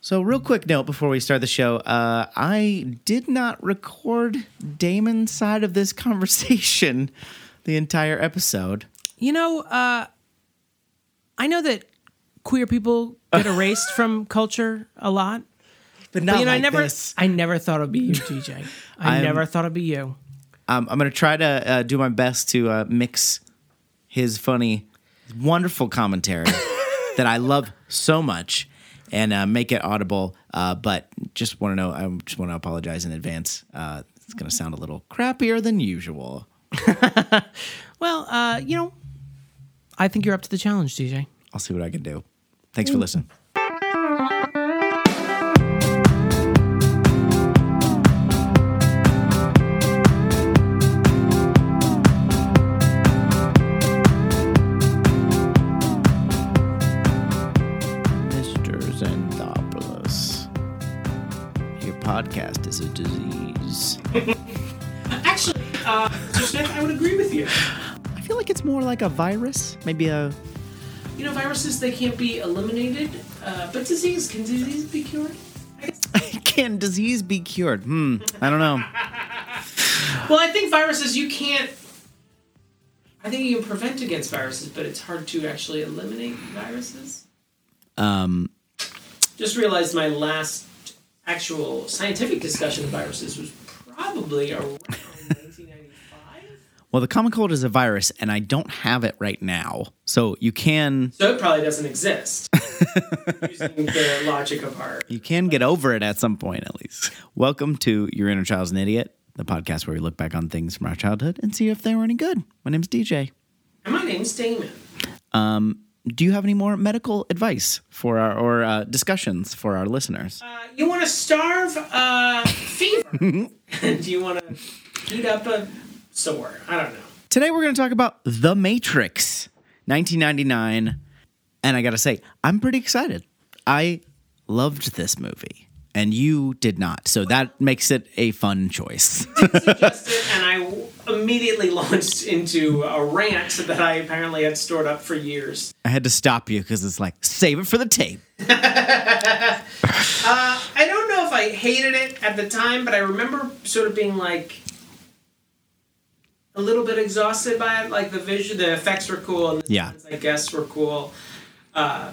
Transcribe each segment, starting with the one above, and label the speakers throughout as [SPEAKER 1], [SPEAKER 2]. [SPEAKER 1] So, real quick note before we start the show, uh, I did not record Damon's side of this conversation the entire episode.
[SPEAKER 2] You know, uh, I know that queer people get erased from culture a lot,
[SPEAKER 1] But
[SPEAKER 2] but
[SPEAKER 1] not
[SPEAKER 2] you know, I
[SPEAKER 1] like
[SPEAKER 2] never,
[SPEAKER 1] this.
[SPEAKER 2] I never thought it'd be you, DJ. I
[SPEAKER 1] I'm-
[SPEAKER 2] never thought it'd be you.
[SPEAKER 1] Um, I'm going to try to uh, do my best to uh, mix his funny, wonderful commentary that I love so much and uh, make it audible. Uh, but just want to know, I just want to apologize in advance. Uh, it's going to sound a little crappier than usual.
[SPEAKER 2] Well, uh, you know, I think you're up to the challenge, DJ.
[SPEAKER 1] I'll see what I can do. Thanks for listening. Mr. Xanthopoulos, your podcast is a disease.
[SPEAKER 2] Actually, uh, Smith, I would agree with you.
[SPEAKER 1] I feel like it's more like a virus, maybe a
[SPEAKER 2] You know, viruses they can't be eliminated, uh, but disease can disease be cured?
[SPEAKER 1] Can disease be cured? Hmm. I don't know.
[SPEAKER 2] Well, I think viruses you can't. I think you can prevent against viruses, but it's hard to actually eliminate viruses.
[SPEAKER 1] Um,
[SPEAKER 2] Just realized my last actual scientific discussion of viruses was probably around 1995.
[SPEAKER 1] Well, the common cold is a virus, and I don't have it right now. So you can
[SPEAKER 2] So it probably doesn't exist. using the logic of our
[SPEAKER 1] you can get over it at some point, at least. Welcome to Your Inner Child's an Idiot, the podcast where we look back on things from our childhood and see if they were any good. My name's DJ.
[SPEAKER 2] And my name's Damon.
[SPEAKER 1] Do you have any more medical advice for our or uh, discussions for our listeners?
[SPEAKER 2] Uh, you want to starve uh, fever? and you want to heat up a sore? I don't know.
[SPEAKER 1] Today we're going to talk about The Matrix, 1999, and I got to say, I'm pretty excited. I loved this movie, and you did not, so that makes it a fun choice.
[SPEAKER 2] suggested, and I w- immediately launched into a rant that I apparently had stored up for years.
[SPEAKER 1] I had to stop you because it's like save it for the tape.
[SPEAKER 2] I don't know if I hated it at the time, but I remember sort of being like a little bit exhausted by it. Like the vision, the effects were cool, and the
[SPEAKER 1] Yeah.
[SPEAKER 2] designs, I guess were cool, uh,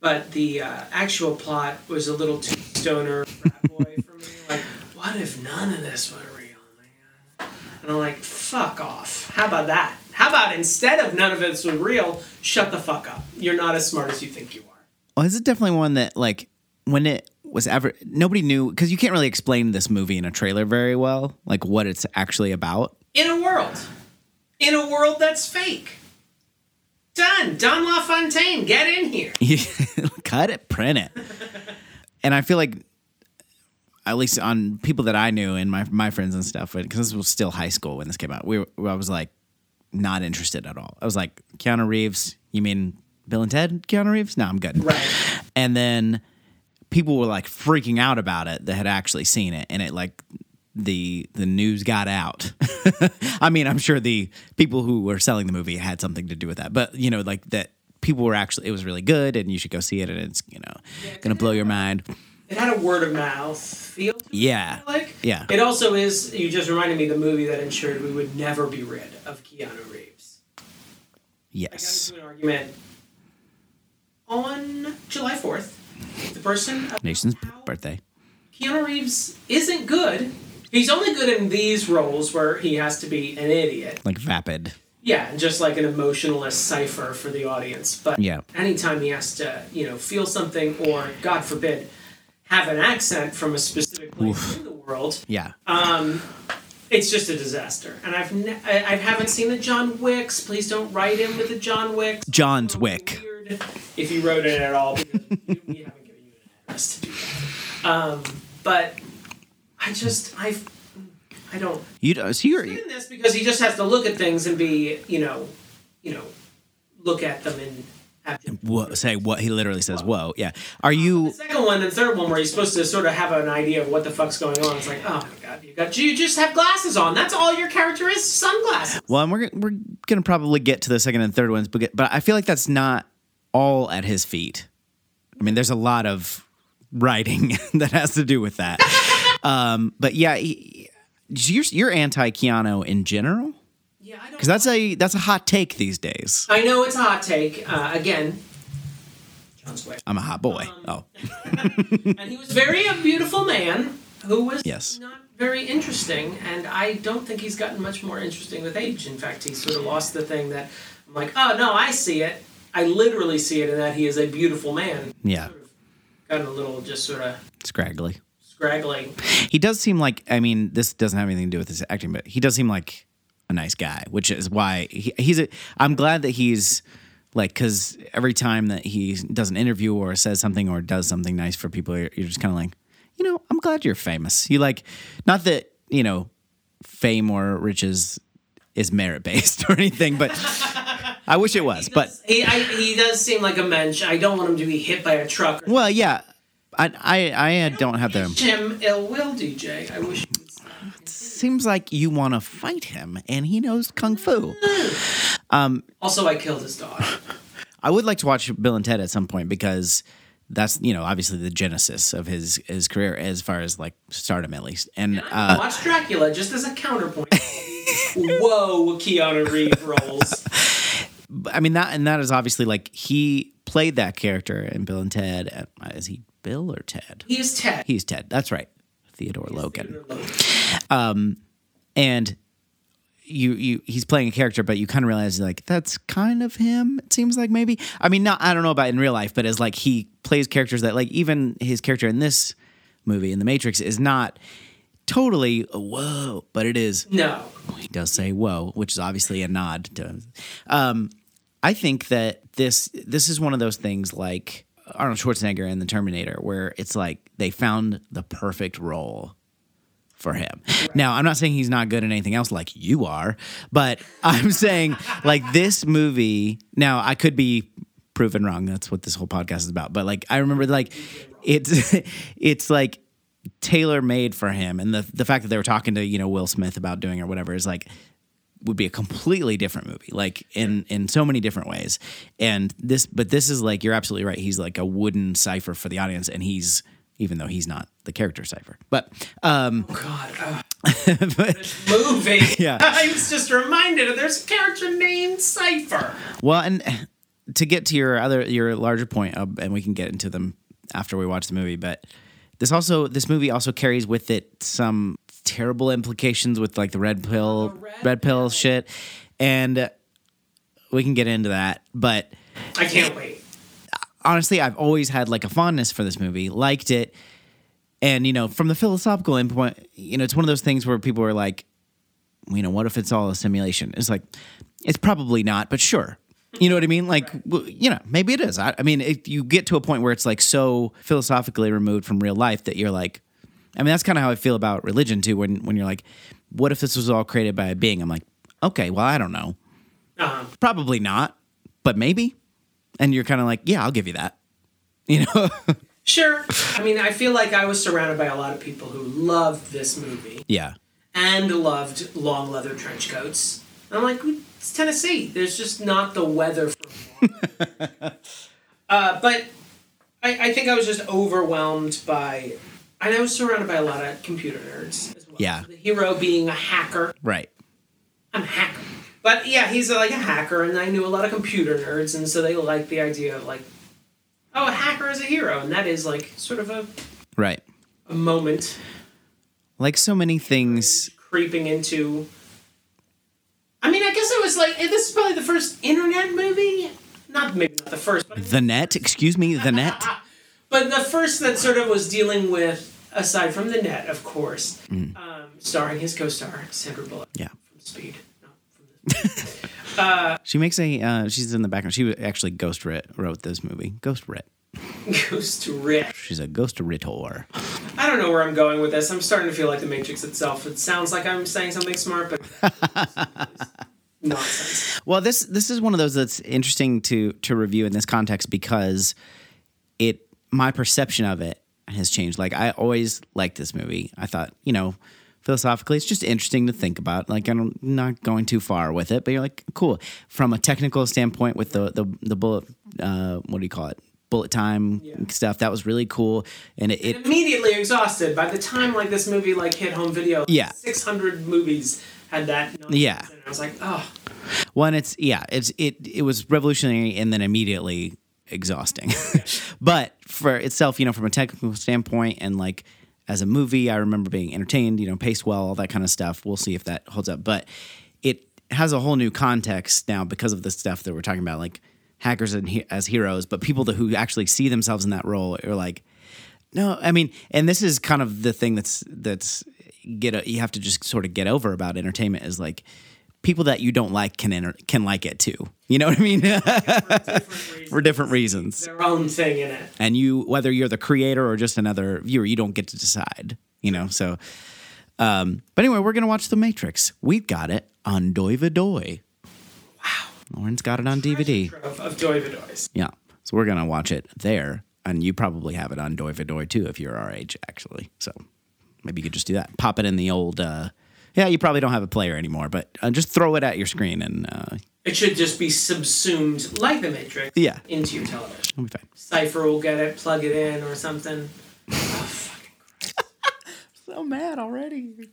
[SPEAKER 2] but the uh, actual plot was a little too stoner frat boy for me. Like, what if none of this were real? man? And I'm like, fuck off. How about that? How about instead of none of it's real, shut the fuck up. You're not as smart as you think you are.
[SPEAKER 1] Well, this is definitely one that like when it was ever nobody knew because you can't really explain this movie in a trailer very well, like what it's actually about.
[SPEAKER 2] in a world, in a world that's fake. Done. Don LaFontaine, get in here.
[SPEAKER 1] Cut it, print it, and I feel like at least on people that I knew and my my friends and stuff, because this was still high school when this came out. We were, I was like not interested at all. I was like Keanu Reeves. You mean Bill and Ted? Keanu Reeves? No, I'm good.
[SPEAKER 2] Right.
[SPEAKER 1] and then people were like freaking out about it that had actually seen it and it like the the news got out i mean i'm sure the people who were selling the movie had something to do with that but you know like that people were actually it was really good and you should go see it and it's you know gonna blow your mind
[SPEAKER 2] It had a word of mouth feel. to it,
[SPEAKER 1] yeah
[SPEAKER 2] Like
[SPEAKER 1] yeah
[SPEAKER 2] It also is. You just reminded me of the movie that ensured we would never be rid of Keanu Reeves. I got
[SPEAKER 1] yes
[SPEAKER 2] into an argument on July Fourth. with The person about
[SPEAKER 1] nation's
[SPEAKER 2] how
[SPEAKER 1] birthday
[SPEAKER 2] Keanu Reeves isn't good. He's only good in these roles where he has to be an idiot.
[SPEAKER 1] like vapid
[SPEAKER 2] Yeah, and just like an emotionless cipher for the audience. But
[SPEAKER 1] Yeah.
[SPEAKER 2] anytime he has to, you know, feel something or, God forbid, have an accent from a specific place in the world,
[SPEAKER 1] yeah
[SPEAKER 2] it's just a disaster. And I've ne- I-, I haven't seen the John Wicks. Please don't write in with the John Wicks.
[SPEAKER 1] john's wick
[SPEAKER 2] Weird if you wrote it at all, because you- we haven't given you an address to do that. Um, but I just I I don't
[SPEAKER 1] you don't so you're
[SPEAKER 2] doing this because he just has to look at things and be, you know, you know, look at them and. Have
[SPEAKER 1] whoa, say what he literally says whoa yeah are you
[SPEAKER 2] the second one and third one where he's supposed to sort of have an idea of what the fuck's going on. It's like, oh my god, you got you just have glasses on. That's all your character is sunglasses.
[SPEAKER 1] Well, and we're we're gonna probably get to the second and third ones, but but I feel like that's not all at his feet. I mean, there's a lot of writing that has to do with that. um, but yeah, he- you're, you're anti Keanu in general
[SPEAKER 2] Yeah, I don't.
[SPEAKER 1] because that's a that's a hot take these days.
[SPEAKER 2] I know it's a hot take. Uh, again, John Square.
[SPEAKER 1] I'm a hot boy. Oh,
[SPEAKER 2] and he was very a beautiful man who was
[SPEAKER 1] Yes.
[SPEAKER 2] not very interesting and i don't think he's gotten much more interesting with age in fact he sort of lost the thing that i'm like oh no i see it i literally see it in that he is a beautiful man
[SPEAKER 1] yeah,
[SPEAKER 2] sort of gotten a little just sort of
[SPEAKER 1] scraggly.
[SPEAKER 2] scraggly
[SPEAKER 1] He does seem like I mean, this doesn't have anything to do with his acting, but he does seem like a nice guy, which is why he, he's a. I'm glad that he's like because every time that he does an interview or says something or does something nice for people, you're, you're just kind of like, you know, I'm glad you're famous. You like, not that you know, fame or riches is merit based or anything, but I wish it was. But
[SPEAKER 2] he, I, he does seem like a mensch i don't want him to be hit by a truck or
[SPEAKER 1] well, yeah, I I I don't have the.
[SPEAKER 2] Jim ill will dj i wish he would stop.
[SPEAKER 1] Seems like you want to fight him, and he knows kung fu.
[SPEAKER 2] also i killed his dog
[SPEAKER 1] I would like to watch Bill and Ted at some point because that's you know obviously the genesis of his his career as far as like stardom at least. And uh,
[SPEAKER 2] watch dracula just as a counterpoint whoa keanu reeves rolls
[SPEAKER 1] I mean that and that is obviously like he played that character in Bill and Ted. Uh, Is he Bill or Ted?
[SPEAKER 2] He is Ted.
[SPEAKER 1] He's Ted. That's right, Theodore Logan.
[SPEAKER 2] Logan.
[SPEAKER 1] and you you he's playing a character, but you kind of realize like that's kind of him. It seems like maybe I mean not I don't know about in real life, but as like he plays characters that like even his character in this movie in The Matrix is not totally a whoa, but it is.
[SPEAKER 2] No.
[SPEAKER 1] He does say whoa, which is obviously a nod to. Um, I think that this this is one of those things like Arnold Schwarzenegger in The Terminator, where it's like they found the perfect role for him. Now, I'm not saying he's not good at anything else like you are, but I'm saying like this movie, now I could be proven wrong. That's what this whole podcast is about. But like I remember like it's it's like tailor made for him and the the fact that they were talking to, you know, Will Smith about doing or whatever is like would be a completely different movie like in in so many different ways and this but this is like you're absolutely right he's like a wooden cipher for the audience and he's even though he's not the character cipher but um
[SPEAKER 2] Oh, God. Oh,
[SPEAKER 1] but-
[SPEAKER 2] movie.
[SPEAKER 1] Yeah.
[SPEAKER 2] I was just reminded of there's a character named Cypher.
[SPEAKER 1] well and to get to your other your larger point uh, and we can get into them after we watch the movie but this also this movie also carries with it some terrible implications with like the red pill
[SPEAKER 2] red
[SPEAKER 1] red, pill, shit and uh, we can get into that but
[SPEAKER 2] I can't wait.
[SPEAKER 1] honestly, I've always had like a fondness for this movie, liked it. And, you know, from the philosophical endpoint, you know, it's one of those things where people are like, you know, what if it's all a simulation? It's like, it's probably not, but sure. You know what I mean? Like, w you know, maybe it is. I, I mean, it, you get to a point where it's like so philosophically removed from real life that you're like, I mean, that's kind of how I feel about religion too. When when you're like, what if this was all created by a being? I'm like, okay, well, I don't know
[SPEAKER 2] Um,
[SPEAKER 1] probably not, but maybe. And you're kind of like, yeah, I'll give you that. You know?
[SPEAKER 2] sure. I mean, I feel like I was surrounded by a lot of people who loved this movie
[SPEAKER 1] yeah.
[SPEAKER 2] and loved long leather trench coats. And I'm like, it's Tennessee. There's just not the weather for warm. uh, but I, I think I was just overwhelmed by. And I was surrounded by a lot of computer nerds as well.
[SPEAKER 1] Yeah.
[SPEAKER 2] The hero being a hacker.
[SPEAKER 1] Right.
[SPEAKER 2] I'm a hacker. But yeah, he's like a hacker, and I knew a lot of computer nerds, and so they like the idea of like, oh, a hacker is a hero, and that is like sort of a,
[SPEAKER 1] Right.
[SPEAKER 2] a moment
[SPEAKER 1] Like so many things.
[SPEAKER 2] creeping into. I mean, I guess it was like eh, this is probably the first internet movie, not maybe not the first, but
[SPEAKER 1] The net, excuse me, the net.
[SPEAKER 2] but the first that sort of was dealing with aside from the net, of course, um, starring his co-star Sandra Bullock
[SPEAKER 1] Yeah.
[SPEAKER 2] from Speed. No, from this.
[SPEAKER 1] She makes a, uh, she's in the background. She actually ghost writ, wrote this movie. Ghost writ.
[SPEAKER 2] Goes to Rick.
[SPEAKER 1] She's a ghost writor.
[SPEAKER 2] I don't know where I'm going with this. I'm starting to feel like the Matrix itself. It sounds like I'm saying something smart, but nonsense.
[SPEAKER 1] Well, this this is one of those that's interesting to to review in this context because it my perception of it has changed. Like I always liked this movie. I thought, you know, philosophically it's just interesting to think about. Like I'm not going too far with it, but you're like, cool. From a technical standpoint with the the, the bullet uh what do you call it? bullet time
[SPEAKER 2] Yeah.
[SPEAKER 1] stuff. That was really cool, and it, it
[SPEAKER 2] Immediately exhausted by the time like this movie like hit home video.
[SPEAKER 1] Yeah.
[SPEAKER 2] six hundred movies had that. nonsense
[SPEAKER 1] Yeah.
[SPEAKER 2] in it. I was like, oh,
[SPEAKER 1] Well, and it's yeah, it's it it was revolutionary and then immediately exhausting. but for itself, you know, from a technical standpoint and like as a movie, I remember being entertained, you know, paced well, all that kind of stuff. We'll see if that holds up, but it has a whole new context now because of the stuff that we're talking about like hackers and he- as heroes, but people that, who actually see themselves in that role are like no, I mean, and this is kind of the thing that's that's get o you have to just sort of get over about entertainment is like people that you don't like can enter, can like it too. You know what I mean? For different reasons.
[SPEAKER 2] their own thing in it.
[SPEAKER 1] And you whether you're the creator or just another viewer, you don't get to decide, you know. So um but anyway, we're going to watch The Matrix. We've got it on Doivadoy. Wow. Lauren's got it on DVD.
[SPEAKER 2] Of, of Joy Vidois.
[SPEAKER 1] Yeah. So we're going to watch it there. And you probably have it on Doi Vidoi too if you're our age, actually. So maybe you could just do that. Pop it in the old, uh, yeah, you probably don't have a player anymore, but uh, just throw it at your screen and uh,
[SPEAKER 2] It should just be subsumed like the Matrix.
[SPEAKER 1] Yeah.
[SPEAKER 2] into your television.
[SPEAKER 1] it'll be fine.
[SPEAKER 2] Cipher will get it, plug it in or something.
[SPEAKER 1] So mad already.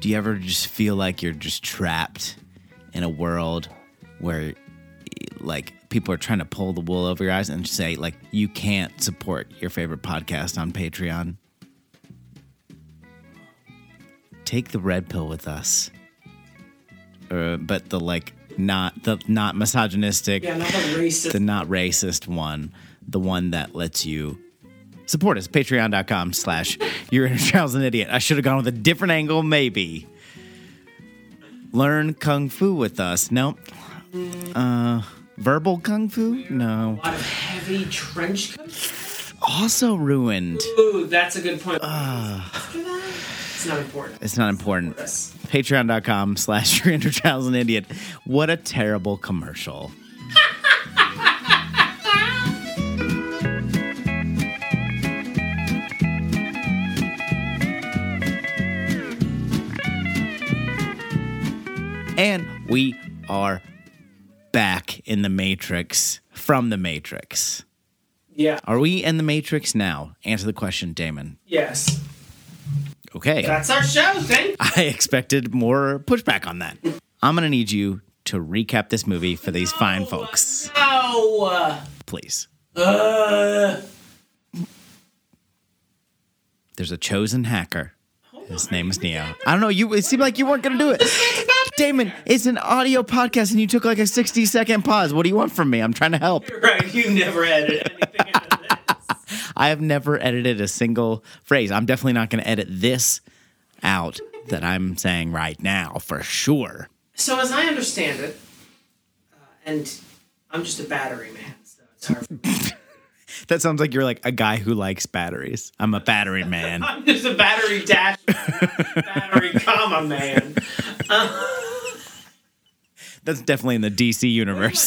[SPEAKER 1] Do you ever just feel like you're just trapped in a world where like people are trying to pull the wool over your eyes and say like you can't support your favorite podcast on Patreon? Take the red pill with us. Uh, but the like not the not misogynistic
[SPEAKER 2] Yeah, not a racist.
[SPEAKER 1] the not racist one, the one that lets you support us. Patreon.com slash your inner child's an idiot. I should have gone with a different angle, maybe. Learn kung fu with us. Nope. Uh, verbal kung fu? No.
[SPEAKER 2] a lot of heavy trench coats.
[SPEAKER 1] Also ruined.
[SPEAKER 2] Ooh, that's a good point.
[SPEAKER 1] Ah.
[SPEAKER 2] After that, it's not important.
[SPEAKER 1] It's not important.
[SPEAKER 2] Yes.
[SPEAKER 1] Patreon.com slash your inner child's an idiot. What a terrible commercial. And we are back in the Matrix from the Matrix.
[SPEAKER 2] Yeah.
[SPEAKER 1] Are we in the Matrix now? Answer the question, Damon.
[SPEAKER 2] Yes.
[SPEAKER 1] Okay.
[SPEAKER 2] That's our show. Thank.
[SPEAKER 1] I expected more pushback on that. I'm going to need you to recap this movie for these fine folks,
[SPEAKER 2] Ow.
[SPEAKER 1] please.
[SPEAKER 2] Uh.
[SPEAKER 1] There's a chosen hacker. His name is Neo. I don't know. You it seemed like you weren't going to do it. Damon, it's an audio podcast and you took like a 60 second pause. What do you want from me? I'm trying to help.
[SPEAKER 2] Right. You never edit anything. out of this.
[SPEAKER 1] I have never edited a single phrase. I'm definitely not going to edit this out that I'm saying right now for sure.
[SPEAKER 2] So as I understand it, uh, and I'm just a battery man, so it's hard. For me.
[SPEAKER 1] That sounds like you're like a guy who likes batteries. I'm a battery man.
[SPEAKER 2] I'm just a battery dash, battery comma man.
[SPEAKER 1] That's definitely in the DC universe.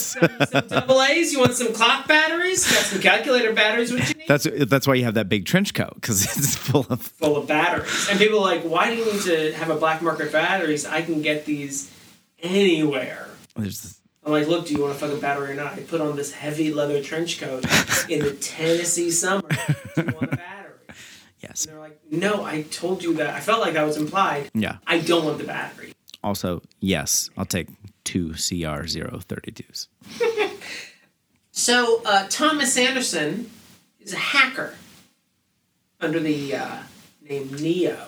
[SPEAKER 2] Some double A's. You want some clock batteries? Got some calculator batteries? What you need?
[SPEAKER 1] That's that's why you have that big trench coat because it's full of
[SPEAKER 2] full of batteries. And people are like, why do you need to have a black market batteries? I can get these anywhere.
[SPEAKER 1] there's this-
[SPEAKER 2] I'm like, look, do you want a fucking battery or not? I put on this heavy leather trench coat in the Tennessee summer. Do you want a battery?
[SPEAKER 1] yes,
[SPEAKER 2] And they're like, no, I told you that. I felt like that was implied.
[SPEAKER 1] yeah.
[SPEAKER 2] I don't want the battery.
[SPEAKER 1] Also, yes, I'll take two CR 032s.
[SPEAKER 2] So uh, Thomas Anderson is a hacker under the uh, name Neo.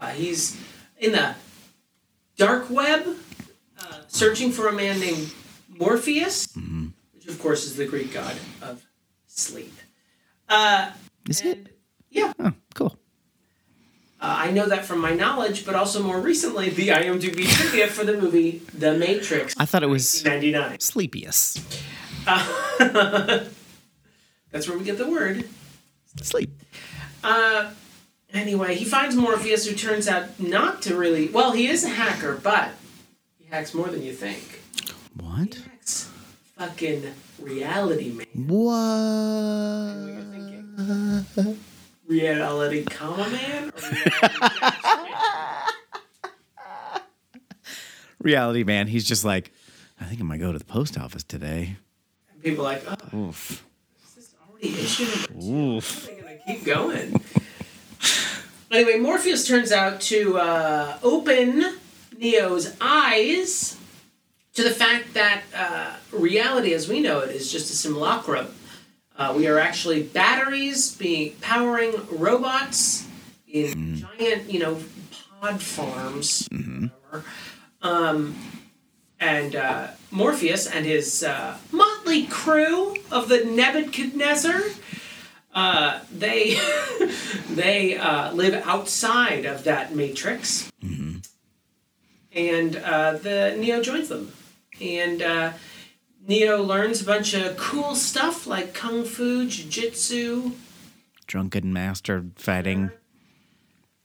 [SPEAKER 2] Uh, he's in the dark web uh, searching for a man named Morpheus, which of course is the Greek god of sleep.
[SPEAKER 1] Is it?
[SPEAKER 2] Yeah, uh,
[SPEAKER 1] Oh, cool.
[SPEAKER 2] I know that from my knowledge, but also more recently the IMDb trivia for the movie The Matrix.
[SPEAKER 1] I thought it was
[SPEAKER 2] 99.
[SPEAKER 1] sleepiest.
[SPEAKER 2] That's where we get the word.
[SPEAKER 1] Sleep.
[SPEAKER 2] Anyway, he finds Morpheus, who turns out not to really. Well, he is a hacker, but he hacks more than you think.
[SPEAKER 1] What?
[SPEAKER 2] He hacks fucking reality, man.
[SPEAKER 1] What?
[SPEAKER 2] You're thinking. reality comma man or reality dash man?
[SPEAKER 1] Reality man, he's just like, I think I'm gonna go to the post office today.
[SPEAKER 2] And people are like, oh,
[SPEAKER 1] Oof.
[SPEAKER 2] this is already issue number two.
[SPEAKER 1] Oof.
[SPEAKER 2] They're gonna keep going. anyway, Morpheus turns out to uh, open Neo's eyes to the fact that uh, reality, as we know it, is just a simulacrum. Uh, we are actually batteries being powering robots in giant, you know, pod farms. whatever. Um, and uh, Morpheus and his uh, motley crew of the Nebuchadnezzar uh, they they uh, live outside of that matrix, and uh, the Neo joins them, and uh, Neo learns a bunch of cool stuff like kung fu, jiu-jitsu,
[SPEAKER 1] Drunken master fighting.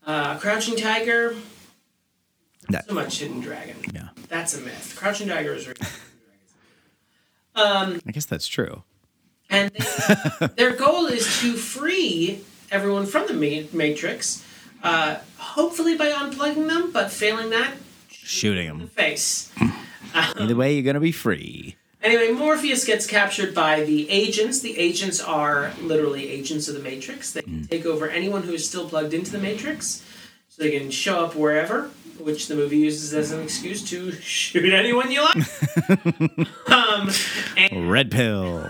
[SPEAKER 2] uh, crouching tiger.
[SPEAKER 1] That-
[SPEAKER 2] So much hidden dragon.
[SPEAKER 1] Yeah.
[SPEAKER 2] That's a myth. Crouching tiger is real.
[SPEAKER 1] I guess that's true.
[SPEAKER 2] and they, their goal is to free everyone from the ma- matrix uh, hopefully by unplugging them but failing that
[SPEAKER 1] Shooting
[SPEAKER 2] in the
[SPEAKER 1] him.
[SPEAKER 2] face
[SPEAKER 1] Either way, you're gonna be free.
[SPEAKER 2] anyway morpheus gets captured by the agents the agents are literally agents of the matrix they can take over anyone who is still plugged into the matrix so they can show up wherever which the movie uses as an excuse to shoot anyone you like
[SPEAKER 1] Red pill.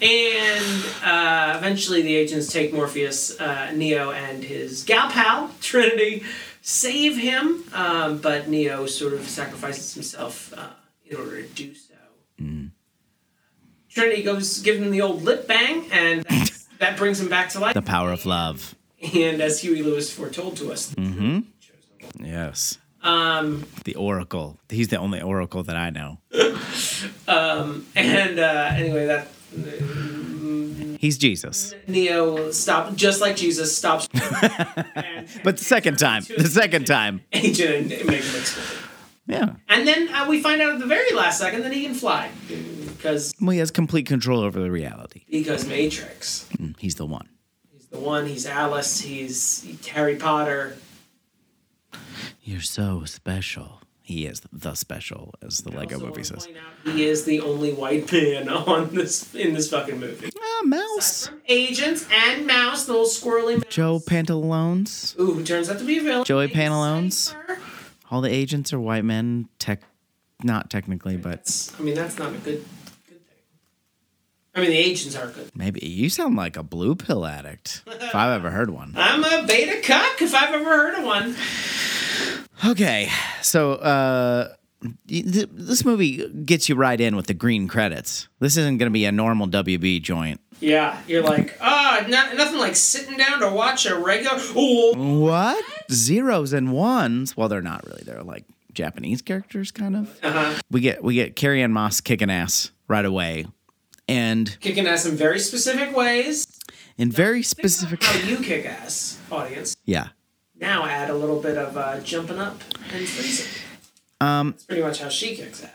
[SPEAKER 2] And uh, eventually, the agents take Morpheus, uh, Neo, and his gal pal Trinity, save him. Um, but Neo sort of sacrifices himself uh, in order to do so. Trinity goes give him the old lip bang, and that's, that brings him back to life.
[SPEAKER 1] The power of love.
[SPEAKER 2] And as Huey Lewis foretold to us,
[SPEAKER 1] Yes. Um. The Oracle. He's the only Oracle that I know.
[SPEAKER 2] and uh, anyway, that
[SPEAKER 1] He's Jesus.
[SPEAKER 2] Neo stop just like Jesus stops. and
[SPEAKER 1] But the second time. The second time.
[SPEAKER 2] agent and make him explode.
[SPEAKER 1] Yeah.
[SPEAKER 2] And then uh, we find out at the very last second that he can fly because
[SPEAKER 1] Well, he has complete control over the reality.
[SPEAKER 2] because Matrix.
[SPEAKER 1] Mm, He's the one.
[SPEAKER 2] He's the one. He's Alice. He's Harry Potter.
[SPEAKER 1] You're so special. He is the special, as the Lego
[SPEAKER 2] Also
[SPEAKER 1] movie
[SPEAKER 2] wanna
[SPEAKER 1] says.
[SPEAKER 2] point out He is the only white man on this in this fucking movie.
[SPEAKER 1] Ah, mouse.
[SPEAKER 2] From Agents and Mouse, the little squirrely mouse.
[SPEAKER 1] Joe Pantalones.
[SPEAKER 2] Ooh, who turns out to be a villain.
[SPEAKER 1] Joey
[SPEAKER 2] Big
[SPEAKER 1] Pantalones.
[SPEAKER 2] Cypher.
[SPEAKER 1] All the agents are white men. Tech, not technically, but
[SPEAKER 2] That's- I mean, that's not a good good thing. I mean, the agents are good.
[SPEAKER 1] maybe you sound like a blue pill addict if I've ever heard one.
[SPEAKER 2] I'm a beta cuck if I've ever heard of one.
[SPEAKER 1] Okay, so uh, y- th- this movie gets you right in with the green credits. This isn't going to be a normal WB joint.
[SPEAKER 2] Yeah, you're like, ah, no- nothing like sitting down to watch a regular. Ooh,
[SPEAKER 1] What zeros and ones? Well, they're not really. They're like Japanese characters, kind of. We get we get Carrie Ann Moss kicking ass right away, and
[SPEAKER 2] kicking ass in very specific ways.
[SPEAKER 1] in very specific.
[SPEAKER 2] How you kick ass, audience.
[SPEAKER 1] Yeah,
[SPEAKER 2] Now add a little bit of uh, jumping up and freezing. Um, That's pretty much how she kicks ass.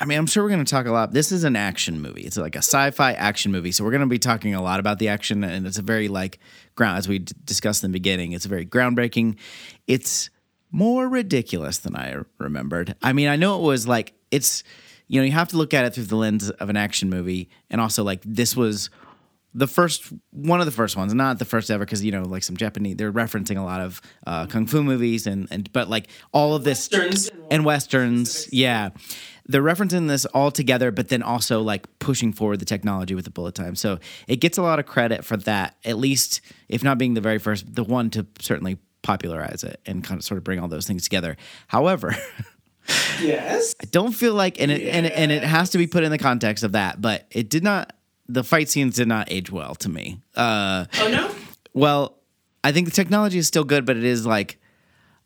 [SPEAKER 1] I mean, I'm sure we're going to talk a lot. This is an action movie. It's like a sci-fi action movie, so we're going to be talking a lot about the action, and it's a very like ground as we d- discussed in the beginning. It's very groundbreaking. It's more ridiculous than I remembered. I mean, I know it was like it's you know you have to look at it through the lens of an action movie, and also like this was the first one of the first ones, not the first ever, because you know like some Japanese they're referencing a lot of uh, kung fu movies, and and but like all of this
[SPEAKER 2] Westerns.
[SPEAKER 1] and westerns. Yeah, they're referencing this all together, but then also like pushing forward the technology with the bullet time. So it gets a lot of credit for that. At least, if not being the very first, the one to certainly popularize it and kind of sort of bring all those things together. However,
[SPEAKER 2] Yes.
[SPEAKER 1] I don't feel like and it, and it, and it has to be put in the context of that, but it did not. The fight scenes did not age well to me.
[SPEAKER 2] Oh no.
[SPEAKER 1] Well, I think the technology is still good, but it is like,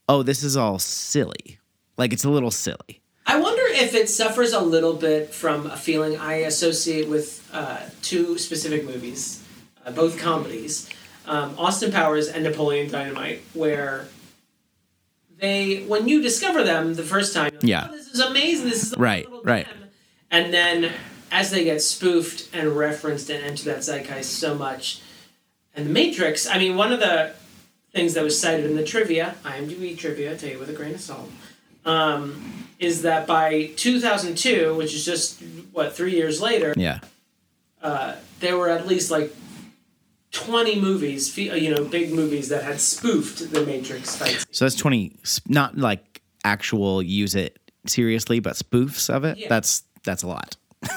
[SPEAKER 1] oh, this is all silly. Like it's a little silly.
[SPEAKER 2] I wonder if it suffers a little bit from a feeling I associate with uh, two specific movies, uh, both comedies, um, Austin Powers and Napoleon Dynamite, where they, when you discover them the first time, you're like,
[SPEAKER 1] Yeah.
[SPEAKER 2] oh, this is amazing, this is a
[SPEAKER 1] Right,
[SPEAKER 2] little
[SPEAKER 1] right.
[SPEAKER 2] gem." and then as they get spoofed and referenced and enter that zeitgeist so much, And The Matrix, I mean, one of the things that was cited in the trivia, IMDb trivia, I tell you with a grain of salt, um, is that by 2002, which is just, what, three years later,
[SPEAKER 1] Yeah.
[SPEAKER 2] uh, there were at least like 20 movies, fe- uh, you know, big movies that had spoofed The Matrix fight scene.
[SPEAKER 1] So that's 20, sp- not like actual use it seriously, but spoofs of it.
[SPEAKER 2] Yeah.
[SPEAKER 1] That's, that's a lot.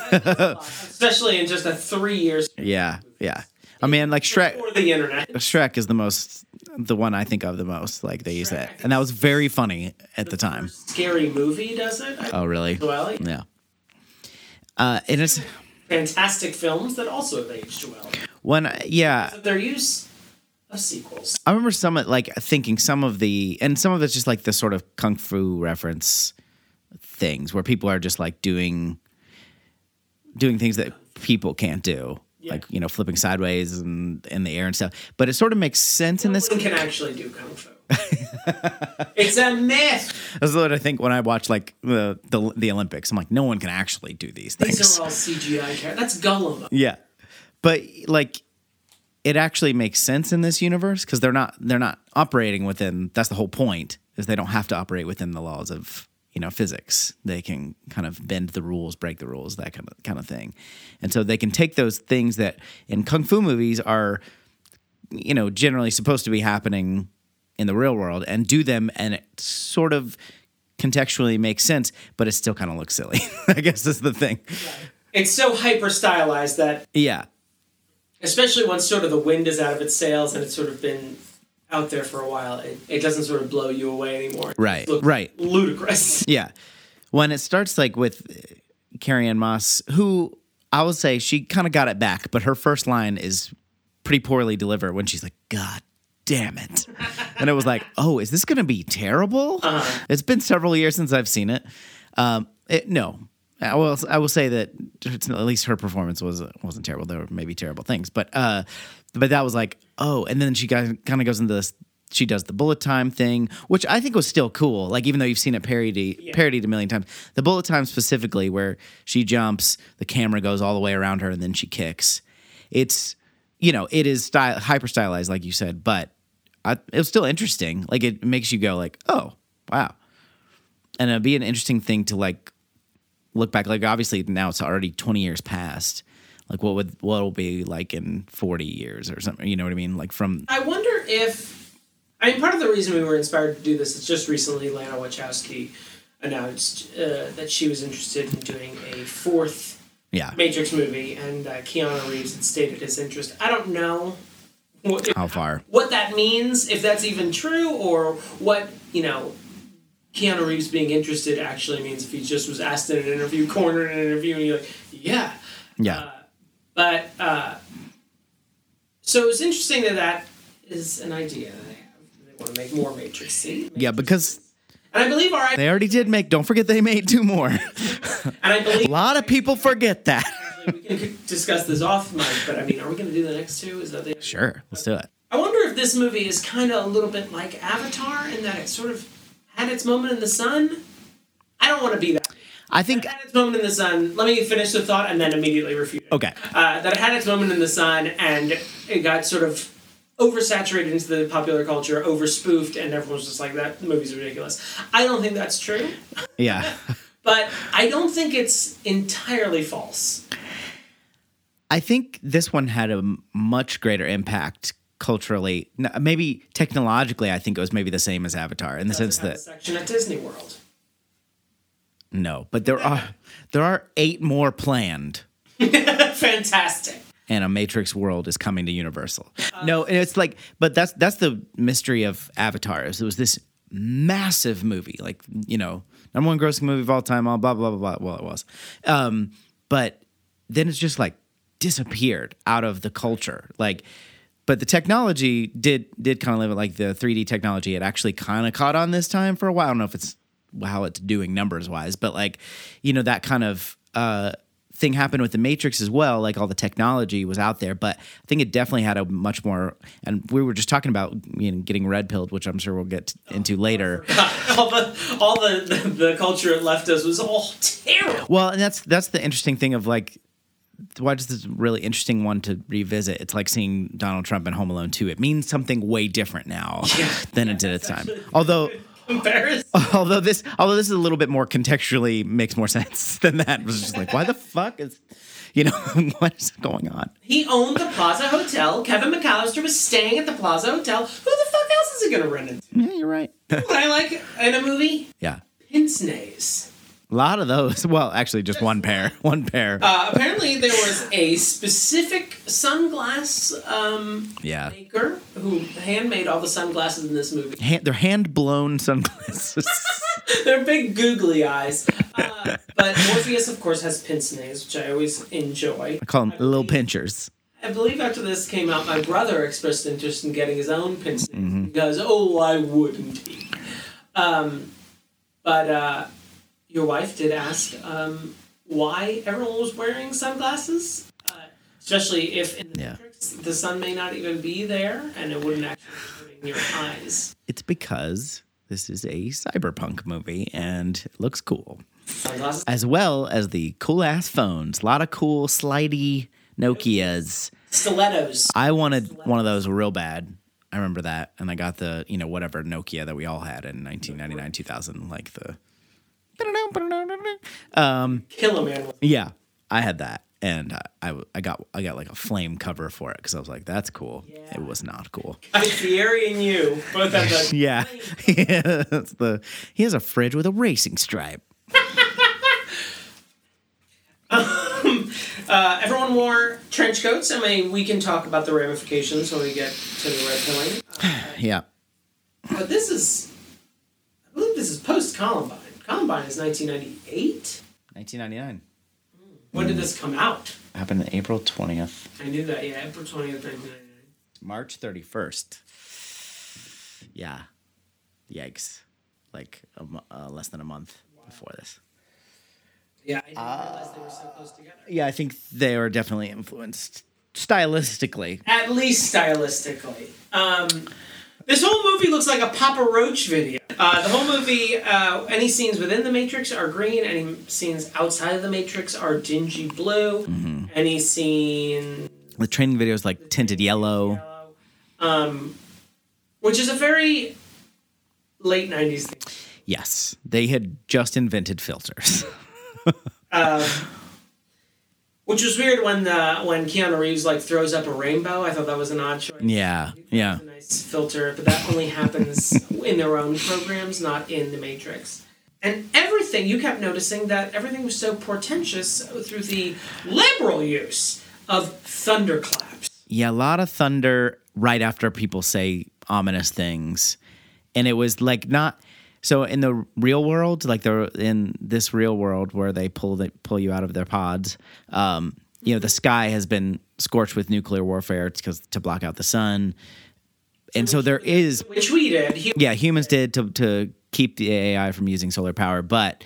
[SPEAKER 2] Especially in just a three years
[SPEAKER 1] Yeah. Yeah. I mean, like Shrek,
[SPEAKER 2] before the internet.
[SPEAKER 1] Shrek is the most, the one I think of the most. Like they use that.
[SPEAKER 2] Shrek.
[SPEAKER 1] And that was very funny at the time.
[SPEAKER 2] Scary movie does it. I-
[SPEAKER 1] Oh, really?
[SPEAKER 2] Well, yeah.
[SPEAKER 1] Yeah. Uh, and it's
[SPEAKER 2] fantastic films that also have aged well.
[SPEAKER 1] one, yeah.
[SPEAKER 2] But their use of sequels.
[SPEAKER 1] I remember some of- like thinking some of the and some of it's just like the sort of kung fu reference things where people are just like doing doing things that people can't do.
[SPEAKER 2] Yeah.
[SPEAKER 1] Like, you know, flipping sideways and in the air and stuff. But it sort of makes sense in
[SPEAKER 2] No
[SPEAKER 1] this
[SPEAKER 2] one can actually do kung fu. it's a myth.
[SPEAKER 1] that's what I think when I watch like the the, the Olympics. I'm like, no one can actually do these things.
[SPEAKER 2] These are all CGI characters. That's Gollum.
[SPEAKER 1] Yeah, but like, it actually makes sense in this universe because they're not they're not operating within. That's the whole point is they don't have to operate within the laws of you know physics. They can kind of bend the rules, break the rules, that kind of kind of thing, and so they can take those things that in kung fu movies are you know generally supposed to be happening in the real world and do them and it sort of contextually makes sense but it still kind of looks silly i guess is the thing
[SPEAKER 2] It's so hyper stylized that,
[SPEAKER 1] yeah
[SPEAKER 2] especially once sort of the wind is out of its sails and it's sort of been out there for a while, it, it doesn't sort of blow you away anymore. It
[SPEAKER 1] Right,
[SPEAKER 2] looks
[SPEAKER 1] right.
[SPEAKER 2] Ludicrous.
[SPEAKER 1] Yeah. When it starts like with uh, Carrie Ann Moss, who I will say she kind of got it back, but her first line is pretty poorly delivered when she's like, God damn it. and it was like, oh, is this going to be terrible? It's been several years since I've seen it. Um, it no. I will, I will say that it's- at least her performance was, wasn't terrible. There were maybe terrible things, but, uh, but that was like, oh, and then she kind of goes into this, she does the bullet time thing, which I think was still cool. Like even though you've seen it parody parodied a million times, the bullet time specifically where she jumps, the camera goes all the way around her, and then she kicks. It's you know it is style, hyper stylized like you said, but I, it was still interesting. Like it makes you go like, oh wow, and it'd be an interesting thing to like look back. Like obviously now it's already twenty years past. Like what would what will be like in forty years or something? You know what I mean? Like from
[SPEAKER 2] I wonder if I mean part of the reason we were inspired to do this is just recently Lana Wachowski announced uh, that she was interested in doing a fourth
[SPEAKER 1] yeah.
[SPEAKER 2] Matrix movie, and uh, Keanu Reeves had stated his interest. I don't know what,
[SPEAKER 1] How far?
[SPEAKER 2] what that means, if that's even true, or what you know. Keanu Reeves being interested actually means if he just was asked in an interview, cornered in an interview, and you're like, yeah,
[SPEAKER 1] Yeah.
[SPEAKER 2] but uh, so it's interesting that that is an idea that they have. They want to make more Matrix C.
[SPEAKER 1] Yeah, because
[SPEAKER 2] and I believe our and
[SPEAKER 1] they already did make. Don't forget they made two more.
[SPEAKER 2] I believe
[SPEAKER 1] A lot of people forget that.
[SPEAKER 2] we can discuss this off mic. But I mean, are we going to do the next two? Is that the
[SPEAKER 1] Sure, let's do it.
[SPEAKER 2] I wonder if this movie is kind of a little bit like Avatar in that it sort of had its moment in the sun. I don't want to be that.
[SPEAKER 1] I think
[SPEAKER 2] Had its moment in the sun. Let me finish the thought and then immediately refute. it.
[SPEAKER 1] okay.
[SPEAKER 2] uh, that it had its moment in the sun and it got sort of oversaturated into the popular culture, overspoofed, and everyone was just like, that movie's ridiculous. I don't think that's true,
[SPEAKER 1] Yeah.
[SPEAKER 2] but I don't think it's entirely false.
[SPEAKER 1] I think this one had a m- much greater impact culturally. N- Maybe technologically, I think it was maybe the same as Avatar in the sense
[SPEAKER 2] Doesn't have
[SPEAKER 1] that
[SPEAKER 2] a section at Disney World.
[SPEAKER 1] no, but there are there are eight more planned,
[SPEAKER 2] Fantastic.
[SPEAKER 1] and a Matrix world is coming to Universal. no, and it's like, but that's that's the mystery of Avatar. Is it was this massive movie, like you know, number one grossing movie of all time. All blah blah blah blah. Well, it was, um, but then it's just like disappeared out of the culture, like. but the technology did did kind of live it like the 3D technology. It actually kind of caught on this time for a while. I don't know if it's how it's doing numbers wise, but like you know that kind of uh, thing happened with the Matrix as well. Like all the technology was out there, but I think it definitely had a much more. And we were just talking about you know getting red pilled, which I'm sure we'll get into later.
[SPEAKER 2] all the, all the, the, the culture it left us was all terrible.
[SPEAKER 1] Well, and that's that's the interesting thing of like why just this really interesting one to revisit. It's like seeing Donald Trump in Home Alone 2. It means something way different now than it did at the time. Although
[SPEAKER 2] Embarrassing.
[SPEAKER 1] although this although this is a little bit more contextually makes more sense than that. It was just like, why the fuck is you know, what is going on?
[SPEAKER 2] He owned the Plaza Hotel. Kevin McAllister was staying at the Plaza Hotel. Who the fuck else is he gonna run into?
[SPEAKER 1] Yeah, you're right.
[SPEAKER 2] What I like in a movie?
[SPEAKER 1] yeah.
[SPEAKER 2] Pince nez.
[SPEAKER 1] A lot of those. Well, actually just one pair. One pair.
[SPEAKER 2] Uh, apparently, there was a specific sunglass um,
[SPEAKER 1] yeah.
[SPEAKER 2] maker who handmade all the sunglasses in this movie.
[SPEAKER 1] Hand, they're hand blown sunglasses.
[SPEAKER 2] They're big googly eyes. Uh, but Morpheus, of course, has pince nez, which I always enjoy.
[SPEAKER 1] I call them little pinchers.
[SPEAKER 2] I believe after this came out, my brother expressed interest in getting his own pince nez. He goes, "Oh, I wouldn't." he?" Um, but uh, your wife did ask um, why everyone was wearing sunglasses, uh, especially if in the
[SPEAKER 1] Yeah.
[SPEAKER 2] Matrix the sun may not even be there and it wouldn't actually be in your eyes.
[SPEAKER 1] It's because this is a cyberpunk movie and it looks cool.
[SPEAKER 2] Sunglasses.
[SPEAKER 1] As well as the cool ass phones. A lot of cool slidey Nokias.
[SPEAKER 2] Stilettos.
[SPEAKER 1] I wanted one of those real bad. I remember that. And I got the, you know, whatever Nokia that we all had in 1999, 2000, like the.
[SPEAKER 2] Kill a man with
[SPEAKER 1] Yeah, I had that. And I, I, w- I got I got like a flame cover for it because I was like, that's cool. It was not cool.
[SPEAKER 2] Guy Fieri and you both have that.
[SPEAKER 1] Yeah. yeah that's the, he has a fridge with a racing stripe.
[SPEAKER 2] Uh, everyone wore trench coats. I mean, we can talk about the ramifications when we get to the red pilling.
[SPEAKER 1] Yeah.
[SPEAKER 2] But this is, I believe this is post Columbine. Columbine is 1998.
[SPEAKER 1] 1999.
[SPEAKER 2] When did this come out?
[SPEAKER 1] Happened in April 20th.
[SPEAKER 2] I knew that, yeah, April 20th, 1999.
[SPEAKER 1] March 31st. Yeah. Yikes. Like a mo- uh, less than a month before this.
[SPEAKER 2] Yeah, I didn't realize they were so close together.
[SPEAKER 1] Yeah, I think they are definitely influenced stylistically.
[SPEAKER 2] At least stylistically. Um, this whole movie looks like a Papa Roach video. Uh, the whole movie, uh, any scenes within the Matrix are green, any scenes outside of the Matrix are dingy blue, any scene
[SPEAKER 1] The training video is like tinted yellow.
[SPEAKER 2] um, which is a very late '90s thing.
[SPEAKER 1] Yes, they had just invented filters.
[SPEAKER 2] Which was weird when the when Keanu Reeves like throws up a rainbow. I thought that was an odd choice.
[SPEAKER 1] yeah, yeah.
[SPEAKER 2] A nice filter, but that only happens in their own programs, not in the Matrix. And everything you kept noticing that everything was so portentous through the liberal use of thunderclaps.
[SPEAKER 1] Yeah, a lot of thunder right after people say ominous things. And it was like not so in the real world, like the in this real world where they pull the, pull you out of their pods, um, you know, the sky has been scorched with nuclear warfare because to block out the sun. And so there is
[SPEAKER 2] Which we did. He
[SPEAKER 1] yeah, humans did to to keep the AI from using solar power, but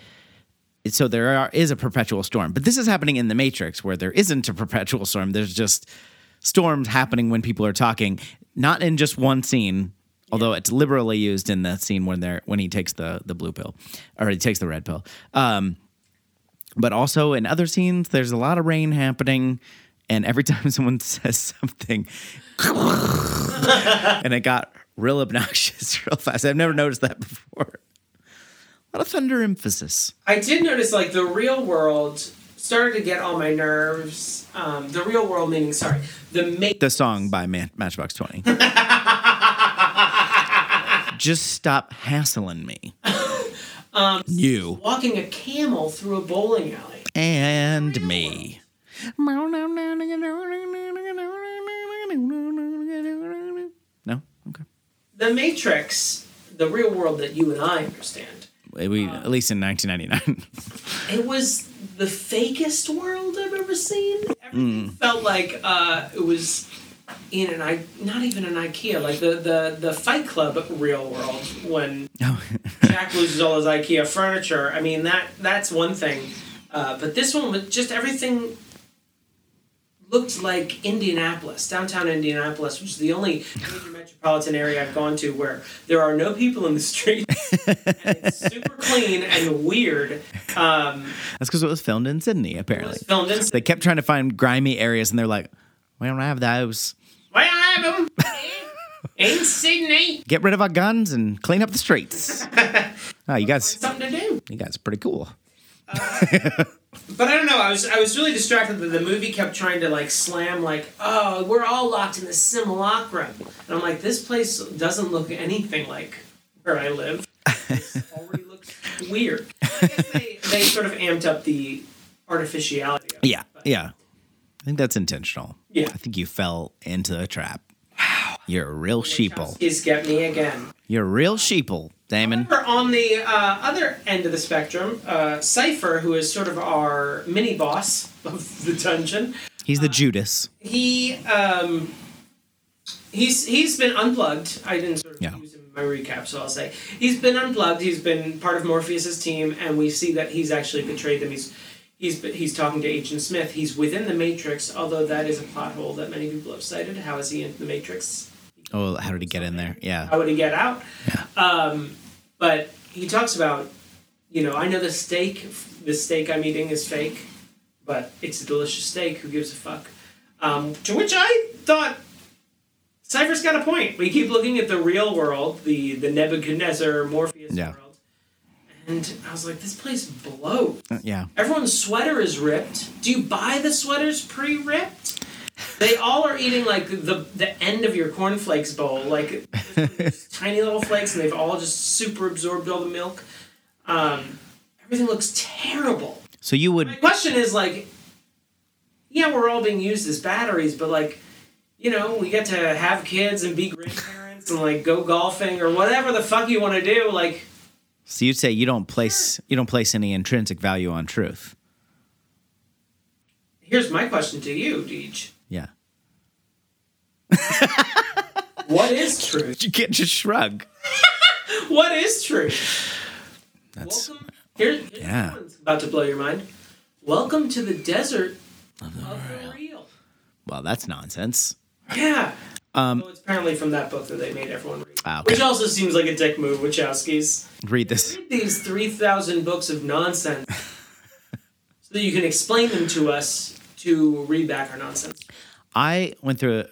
[SPEAKER 1] so there are, is a perpetual storm. But this is happening in the Matrix where there isn't a perpetual storm. There's just storms happening when people are talking, not in just one scene. Although it's liberally used in that scene when they're when he takes the the blue pill, or he takes the red pill. Um, but also in other scenes, there's a lot of rain happening, and every time someone says something, and it got real obnoxious real fast. I've never noticed that before. A lot of thunder emphasis.
[SPEAKER 2] I did notice like the real world started to get on my nerves. Um, the real world meaning, sorry, the ma-
[SPEAKER 1] The song by Man- Matchbox Twenty. Just stop hassling me. you
[SPEAKER 2] walking a camel through a bowling alley.
[SPEAKER 1] and me. No, okay.
[SPEAKER 2] The Matrix, the real world that you and I understand,
[SPEAKER 1] We at least in 1999.
[SPEAKER 2] it was the fakest world I've ever seen. Everything felt like uh, it was in an I not even an IKEA, like the the the Fight Club real world when Jack loses all his IKEA furniture. I mean that that's one thing, uh, but this one was just everything looked like Indianapolis, downtown Indianapolis, which is the only major metropolitan area I've gone to where there are no people in the streets. and it's super clean and weird. Um,
[SPEAKER 1] That's because it was filmed in Sydney,
[SPEAKER 2] it
[SPEAKER 1] apparently.
[SPEAKER 2] was filmed in.
[SPEAKER 1] They kept trying to find grimy areas, and they're like, "We don't have those.
[SPEAKER 2] Well, I'm um, in Sydney.
[SPEAKER 1] Get rid of our guns and clean up the streets." oh, you guys,
[SPEAKER 2] Something to do.
[SPEAKER 1] you guys, are pretty cool.
[SPEAKER 2] But I don't know. I was I was really distracted that the movie kept trying to like slam like, oh, we're all locked in the simulacrum, and I'm like, this place doesn't look anything like where I live. This already looks weird. I guess they, they sort of amped up the artificiality. Of it.
[SPEAKER 1] Yeah, yeah. I think that's intentional.
[SPEAKER 2] Yeah.
[SPEAKER 1] I think you fell into a trap. Wow. You're a real sheeple.
[SPEAKER 2] He's got me again.
[SPEAKER 1] You're a real sheeple, Damon.
[SPEAKER 2] However, on the uh, other end of the spectrum, uh, Cipher, who is sort of our mini boss of the dungeon,
[SPEAKER 1] He's the Judas.
[SPEAKER 2] he um, he's he's been unplugged. I didn't sort of
[SPEAKER 1] Yeah.
[SPEAKER 2] use him in my recap, so I'll say he's been unplugged. He's been part of Morpheus's team, and we see that he's actually betrayed them. He's he's he's talking to Agent Smith. He's within the Matrix, although that is a plot hole that many people have cited. How is he in the Matrix?
[SPEAKER 1] Oh, how did he get in there? Yeah.
[SPEAKER 2] how would he get out? Um, but he talks about, you know, I know the steak, the steak I'm eating is fake, but it's a delicious steak. Who gives a fuck? Um, to which I thought, Cypher's got a point. We keep looking at the real world, the the Nebuchadnezzar Morpheus
[SPEAKER 1] Yeah.
[SPEAKER 2] world, and I was like, this place blows.
[SPEAKER 1] Yeah.
[SPEAKER 2] Everyone's sweater is ripped. Do you buy the sweaters pre-ripped? They all are eating like the the end of your cornflakes bowl, like tiny little flakes, and they've all just super absorbed all the milk. Um, everything looks terrible.
[SPEAKER 1] So you would
[SPEAKER 2] My question is like, yeah, we're all being used as batteries, but like, you know, we get to have kids and be grandparents and like go golfing or whatever the fuck you want to do. Like,
[SPEAKER 1] so you'd say you don't place you don't place any intrinsic value on truth.
[SPEAKER 2] here's my question to you, Deej.
[SPEAKER 1] Yeah.
[SPEAKER 2] What is truth?
[SPEAKER 1] You can't just shrug.
[SPEAKER 2] What is truth?
[SPEAKER 1] That's
[SPEAKER 2] Welcome. Here, here's
[SPEAKER 1] Yeah.
[SPEAKER 2] this one's about to blow your mind. Welcome to the desert of the, real.
[SPEAKER 1] well, that's nonsense.
[SPEAKER 2] Yeah. Um, it's apparently from that book that they made everyone read.
[SPEAKER 1] Ah, okay.
[SPEAKER 2] Which also seems like a dick move, Wachowskis.
[SPEAKER 1] Read this.
[SPEAKER 2] Read these 3,000 books of nonsense so that you can explain them to us to read back our nonsense.
[SPEAKER 1] I went through a,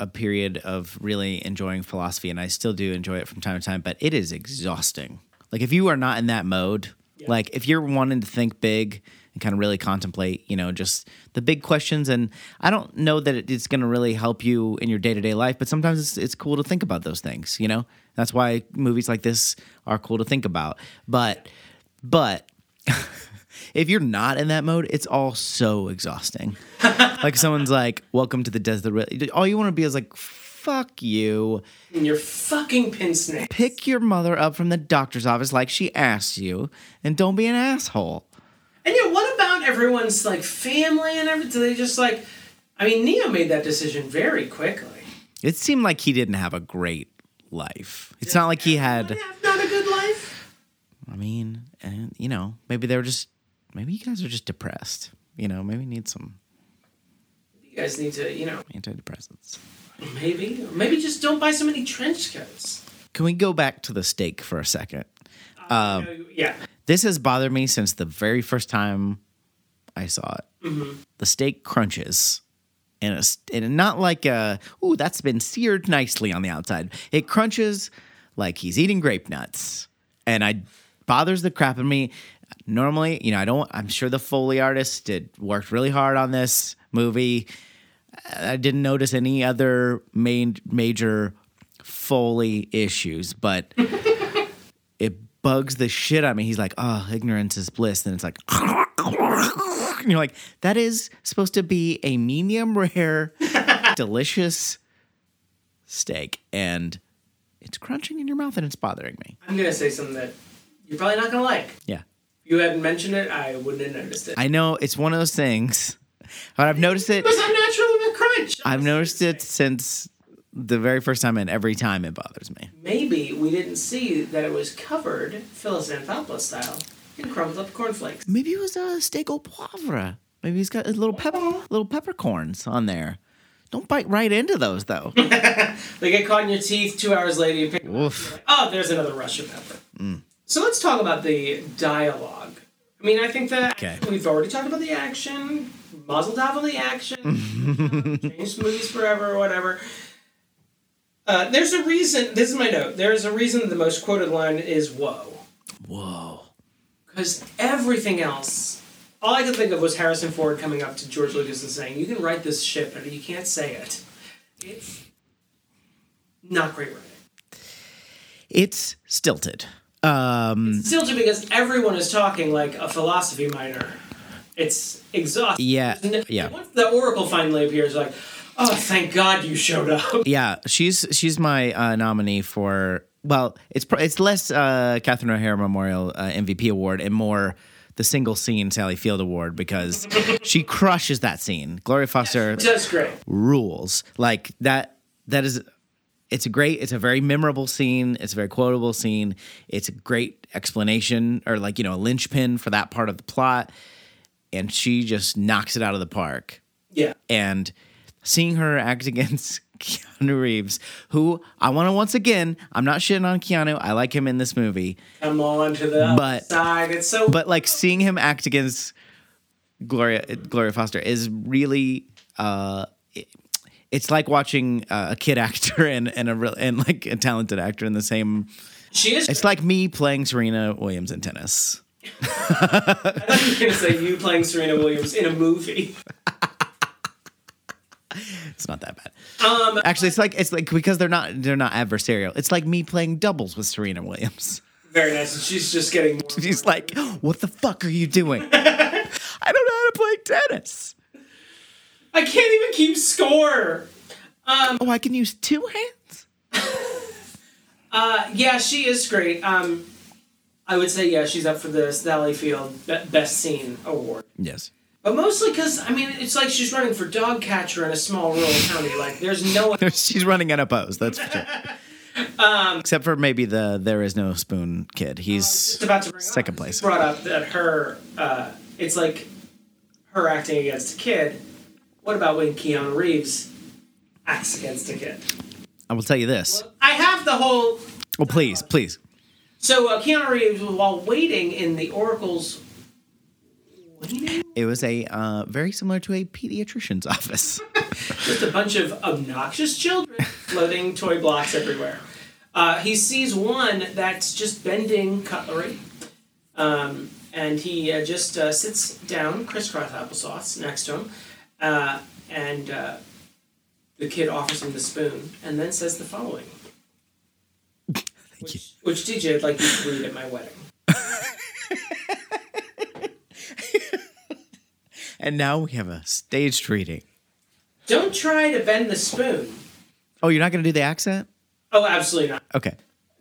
[SPEAKER 1] a period of really enjoying philosophy, and I still do enjoy it from time to time, but it is exhausting. Like, if you are not in that mode, like, if you're wanting to think big and kind of really contemplate, you know, just the big questions, and I don't know that it, it's going to really help you in your day to day life, but sometimes it's, it's cool to think about those things, you know? That's why movies like this are cool to think about. But, but, if you're not in that mode, it's all so exhausting. like someone's like, "Welcome to the desert." Re-" All you want to be is like, "Fuck you."
[SPEAKER 2] And your fucking pin snake.
[SPEAKER 1] Pick your mother up from the doctor's office like she asked you, and don't be an asshole.
[SPEAKER 2] And yeah, what about everyone's like family and everything? They just like, I mean, Neo made that decision very quickly.
[SPEAKER 1] It seemed like he didn't have a great life. It's not like he had.
[SPEAKER 2] have not a good life.
[SPEAKER 1] I mean, and you know, maybe they were just. Maybe you guys are just depressed. You know, maybe you need some
[SPEAKER 2] You guys need to, you know,
[SPEAKER 1] antidepressants.
[SPEAKER 2] maybe, or maybe just don't buy so many trench coats.
[SPEAKER 1] Can we go back to the steak for a second? Um,
[SPEAKER 2] You know, yeah,
[SPEAKER 1] This has bothered me since the very first time I saw it. The steak crunches, and it's and not like a ooh that's been seared nicely on the outside. It crunches like he's eating grape nuts, and I bothers the crap out of me. Normally, you know, I don't. I'm sure the foley artist did worked really hard on this movie. I didn't notice any other main major foley issues, but it bugs the shit out of me. He's like, oh, ignorance is bliss. Then it's like, and you're like, that is supposed to be a medium rare, delicious steak. And it's crunching in your mouth and it's bothering me.
[SPEAKER 2] I'm gonna say something that you're probably not gonna like.
[SPEAKER 1] Yeah.
[SPEAKER 2] If you hadn't mentioned it, I wouldn't have noticed it.
[SPEAKER 1] I know it's one of those things, but I've noticed it.
[SPEAKER 2] it was unnatural in the crunch.
[SPEAKER 1] I've noticed it since the very first time, and every time it bothers me.
[SPEAKER 2] Maybe we didn't see that it was covered Phyllis Anthopoulos style in crumbled up cornflakes.
[SPEAKER 1] Maybe it was a steak au poivre. Maybe he's got little pep- little peppercorns on there. Don't bite right into those though.
[SPEAKER 2] They get caught in your teeth. Two hours later, you pick them up.
[SPEAKER 1] Oof.
[SPEAKER 2] Oh, there's another Russian pepper.
[SPEAKER 1] Mm.
[SPEAKER 2] So let's talk about the dialogue. I mean, I think that
[SPEAKER 1] Okay.
[SPEAKER 2] we've already talked about the action, Mazel Tov on the action, changed movies forever or whatever. Uh, there's a reason. This is my note. There is a reason the most quoted line is "Whoa,"
[SPEAKER 1] Whoa.
[SPEAKER 2] because everything else, all I could think of was Harrison Ford coming up to George Lucas and saying, "You can write this shit, but you can't say it." It's not great writing.
[SPEAKER 1] It's stilted.
[SPEAKER 2] Still, too, because everyone is talking like a philosophy minor. It's exhausting.
[SPEAKER 1] Yeah,
[SPEAKER 2] And
[SPEAKER 1] yeah.
[SPEAKER 2] Once the Oracle finally appears, like, oh, thank God you showed up.
[SPEAKER 1] Yeah, she's she's my uh, nominee for well, it's pr- it's less uh, Catherine O'Hara Memorial uh, MVP award and more the single scene Sally Field award because she crushes that scene. Gloria Foster
[SPEAKER 2] That's great.
[SPEAKER 1] rules like that. That is, it's a great, it's a very memorable scene. It's a very quotable scene. It's a great explanation or like you know a linchpin for that part of the plot, and she just knocks it out of the park
[SPEAKER 2] Yeah.
[SPEAKER 1] and seeing her act against Keanu Reeves, who I want to once again, I'm not shitting on Keanu. I like him in this movie,
[SPEAKER 2] Come on to the
[SPEAKER 1] But-
[SPEAKER 2] side. It's so.
[SPEAKER 1] but like seeing him act against Gloria Gloria Foster is really uh it- it's like watching uh, a kid actor and and a real and like a talented actor in the same.
[SPEAKER 2] she is.
[SPEAKER 1] It's like me playing Serena Williams in tennis.
[SPEAKER 2] I thought you were going to say you playing Serena Williams in a movie.
[SPEAKER 1] It's not that bad. Actually, it's like it's like because they're not they're not adversarial. It's like me playing doubles with Serena Williams.
[SPEAKER 2] Very nice. And she's just getting more.
[SPEAKER 1] She's like, "What the fuck are you doing? I don't know how to play tennis.
[SPEAKER 2] I can't even keep score.
[SPEAKER 1] Oh, I can use two hands."
[SPEAKER 2] Uh, yeah, she is great. Um, I would say, yeah, she's up for the Sally Field Be- Best Scene Award.
[SPEAKER 1] Yes.
[SPEAKER 2] But mostly because, I mean, it's like she's running for dog catcher in a small rural county. Like, there's no one.
[SPEAKER 1] She's running unopposed. That's for sure. Except for maybe the there is no spoon kid. He's
[SPEAKER 2] Um, Oh, It's about to bring up.
[SPEAKER 1] Second place.
[SPEAKER 2] Brought up that her, uh, it's like her acting against a kid. What about when Keanu Reeves acts against a kid?
[SPEAKER 1] I will tell you this.
[SPEAKER 2] I have the whole.
[SPEAKER 1] Oh, please, please.
[SPEAKER 2] So uh, Keanu Reeves, while waiting in the Oracle's. waiting?
[SPEAKER 1] It was a uh, very similar to a pediatrician's office.
[SPEAKER 2] just a bunch of obnoxious children floating toy blocks everywhere. Uh, he sees one that's just bending cutlery, um, and he uh, just uh, sits down, crisscross applesauce, next to him, uh, and uh, the kid offers him the spoon, and then says the following, which, which DJ would like you to read at my wedding.
[SPEAKER 1] and now we have a staged reading.
[SPEAKER 2] Don't try to bend the spoon.
[SPEAKER 1] Oh, you're not going to do the accent?
[SPEAKER 2] Oh, absolutely not.
[SPEAKER 1] Okay.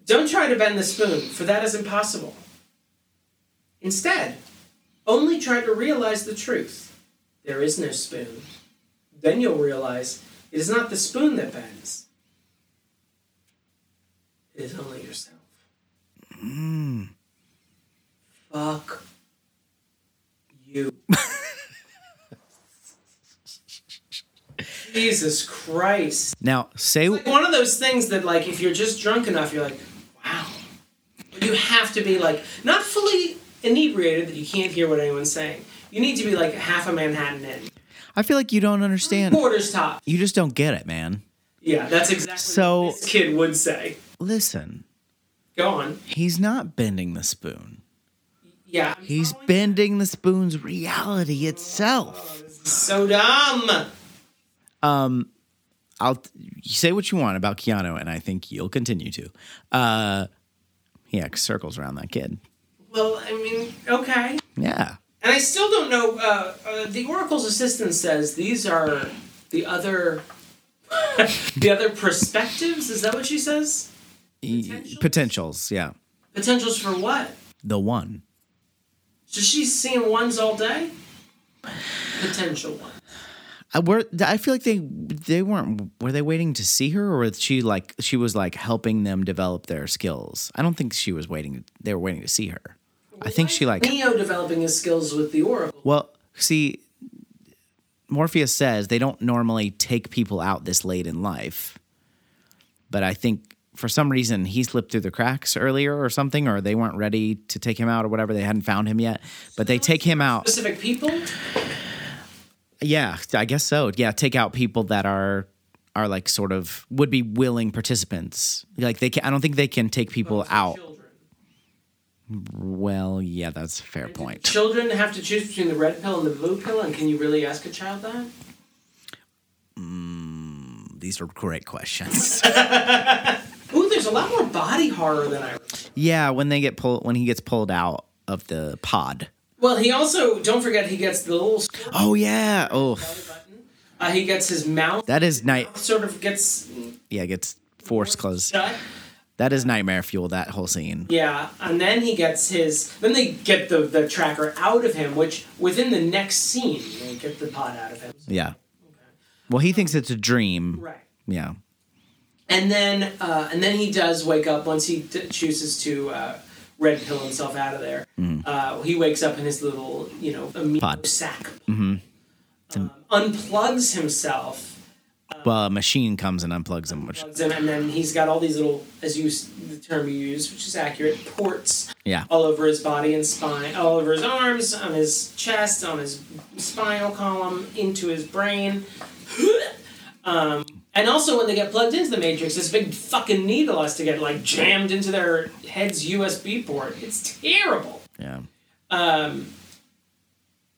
[SPEAKER 2] Don't try to bend the spoon, for that is impossible. Instead, only try to realize the truth. There is no spoon. Then you'll realize it is not the spoon that bends, it is only yourself. Fuck you. Jesus Christ
[SPEAKER 1] Now say
[SPEAKER 2] like one of those things that like if you're just drunk enough you're like wow But you have to be like not fully inebriated that you can't hear what anyone's saying you need to be like half a manhattan in
[SPEAKER 1] I feel like you don't understand.
[SPEAKER 2] quarters top
[SPEAKER 1] You just don't get it, man.
[SPEAKER 2] yeah that's exactly
[SPEAKER 1] So-
[SPEAKER 2] what this kid would say
[SPEAKER 1] Listen,
[SPEAKER 2] go on
[SPEAKER 1] he's not bending the spoon.
[SPEAKER 2] yeah I'm
[SPEAKER 1] He's
[SPEAKER 2] following-
[SPEAKER 1] bending the spoon's reality itself.
[SPEAKER 2] so dumb
[SPEAKER 1] I'll you say what you want about Keanu, and I think you'll continue to. Uh, he acts circles around that kid.
[SPEAKER 2] well i mean okay
[SPEAKER 1] Yeah,
[SPEAKER 2] and i still don't know uh, uh, the oracle's assistant says these are the other the other perspectives is that what she says
[SPEAKER 1] E, potentials. Yeah,
[SPEAKER 2] potentials for what
[SPEAKER 1] the one.
[SPEAKER 2] So she's seeing ones all day? Potential ones.
[SPEAKER 1] I Uh, were I feel like they they weren't were they waiting to see her or was she like she was like helping them develop their skills. I don't think she was waiting. They were waiting to see her. I think she like
[SPEAKER 2] Neo developing his skills with the Oracle.
[SPEAKER 1] Well, see, Morpheus says they don't normally take people out this late in life. But I think for some reason he slipped through the cracks earlier or something, or they weren't ready to take him out or whatever. They hadn't found him yet. But they take him out.
[SPEAKER 2] Specific people?
[SPEAKER 1] Yeah, I guess so. Yeah, take out people that are are like sort of would be willing participants. Like they can, I don't think they can take people out.
[SPEAKER 2] Children.
[SPEAKER 1] Well, yeah, that's a fair point.
[SPEAKER 2] Children have to choose between the red pill and the blue pill, and can you really ask a child that?
[SPEAKER 1] These are great questions.
[SPEAKER 2] Ooh, there's a lot more body horror than I. remember.
[SPEAKER 1] yeah, when they get pulled when he gets pulled out of the pod.
[SPEAKER 2] Well, he also don't forget he gets the little squirt
[SPEAKER 1] Oh yeah. Oh,
[SPEAKER 2] button. Uh, he gets his mouth
[SPEAKER 1] that is night.
[SPEAKER 2] sort of gets
[SPEAKER 1] Yeah, gets forced closed.
[SPEAKER 2] shut.
[SPEAKER 1] That is nightmare fuel. That whole scene.
[SPEAKER 2] Yeah, and then he gets his. Then they get the the tracker out of him, which within the next scene they get the pod out of him.
[SPEAKER 1] Yeah. Well, he thinks it's a dream.
[SPEAKER 2] Right.
[SPEAKER 1] Yeah.
[SPEAKER 2] And then uh, and then he does wake up once he d- chooses to uh, red pill himself out of there. Uh, he wakes up in his little you know amino
[SPEAKER 1] Pod.
[SPEAKER 2] sack. Um, unplugs himself.
[SPEAKER 1] Well, a machine comes and unplugs him. Which,
[SPEAKER 2] plugs in, and then he's got all these little, as you s- the term you use, which is accurate, ports
[SPEAKER 1] yeah.
[SPEAKER 2] all over his body and spine, all over his arms, on his chest, on his spinal column, into his brain. um, and also, when they get plugged into the matrix, this big fucking needle has to get like jammed into their head's USB port. It's terrible.
[SPEAKER 1] Yeah.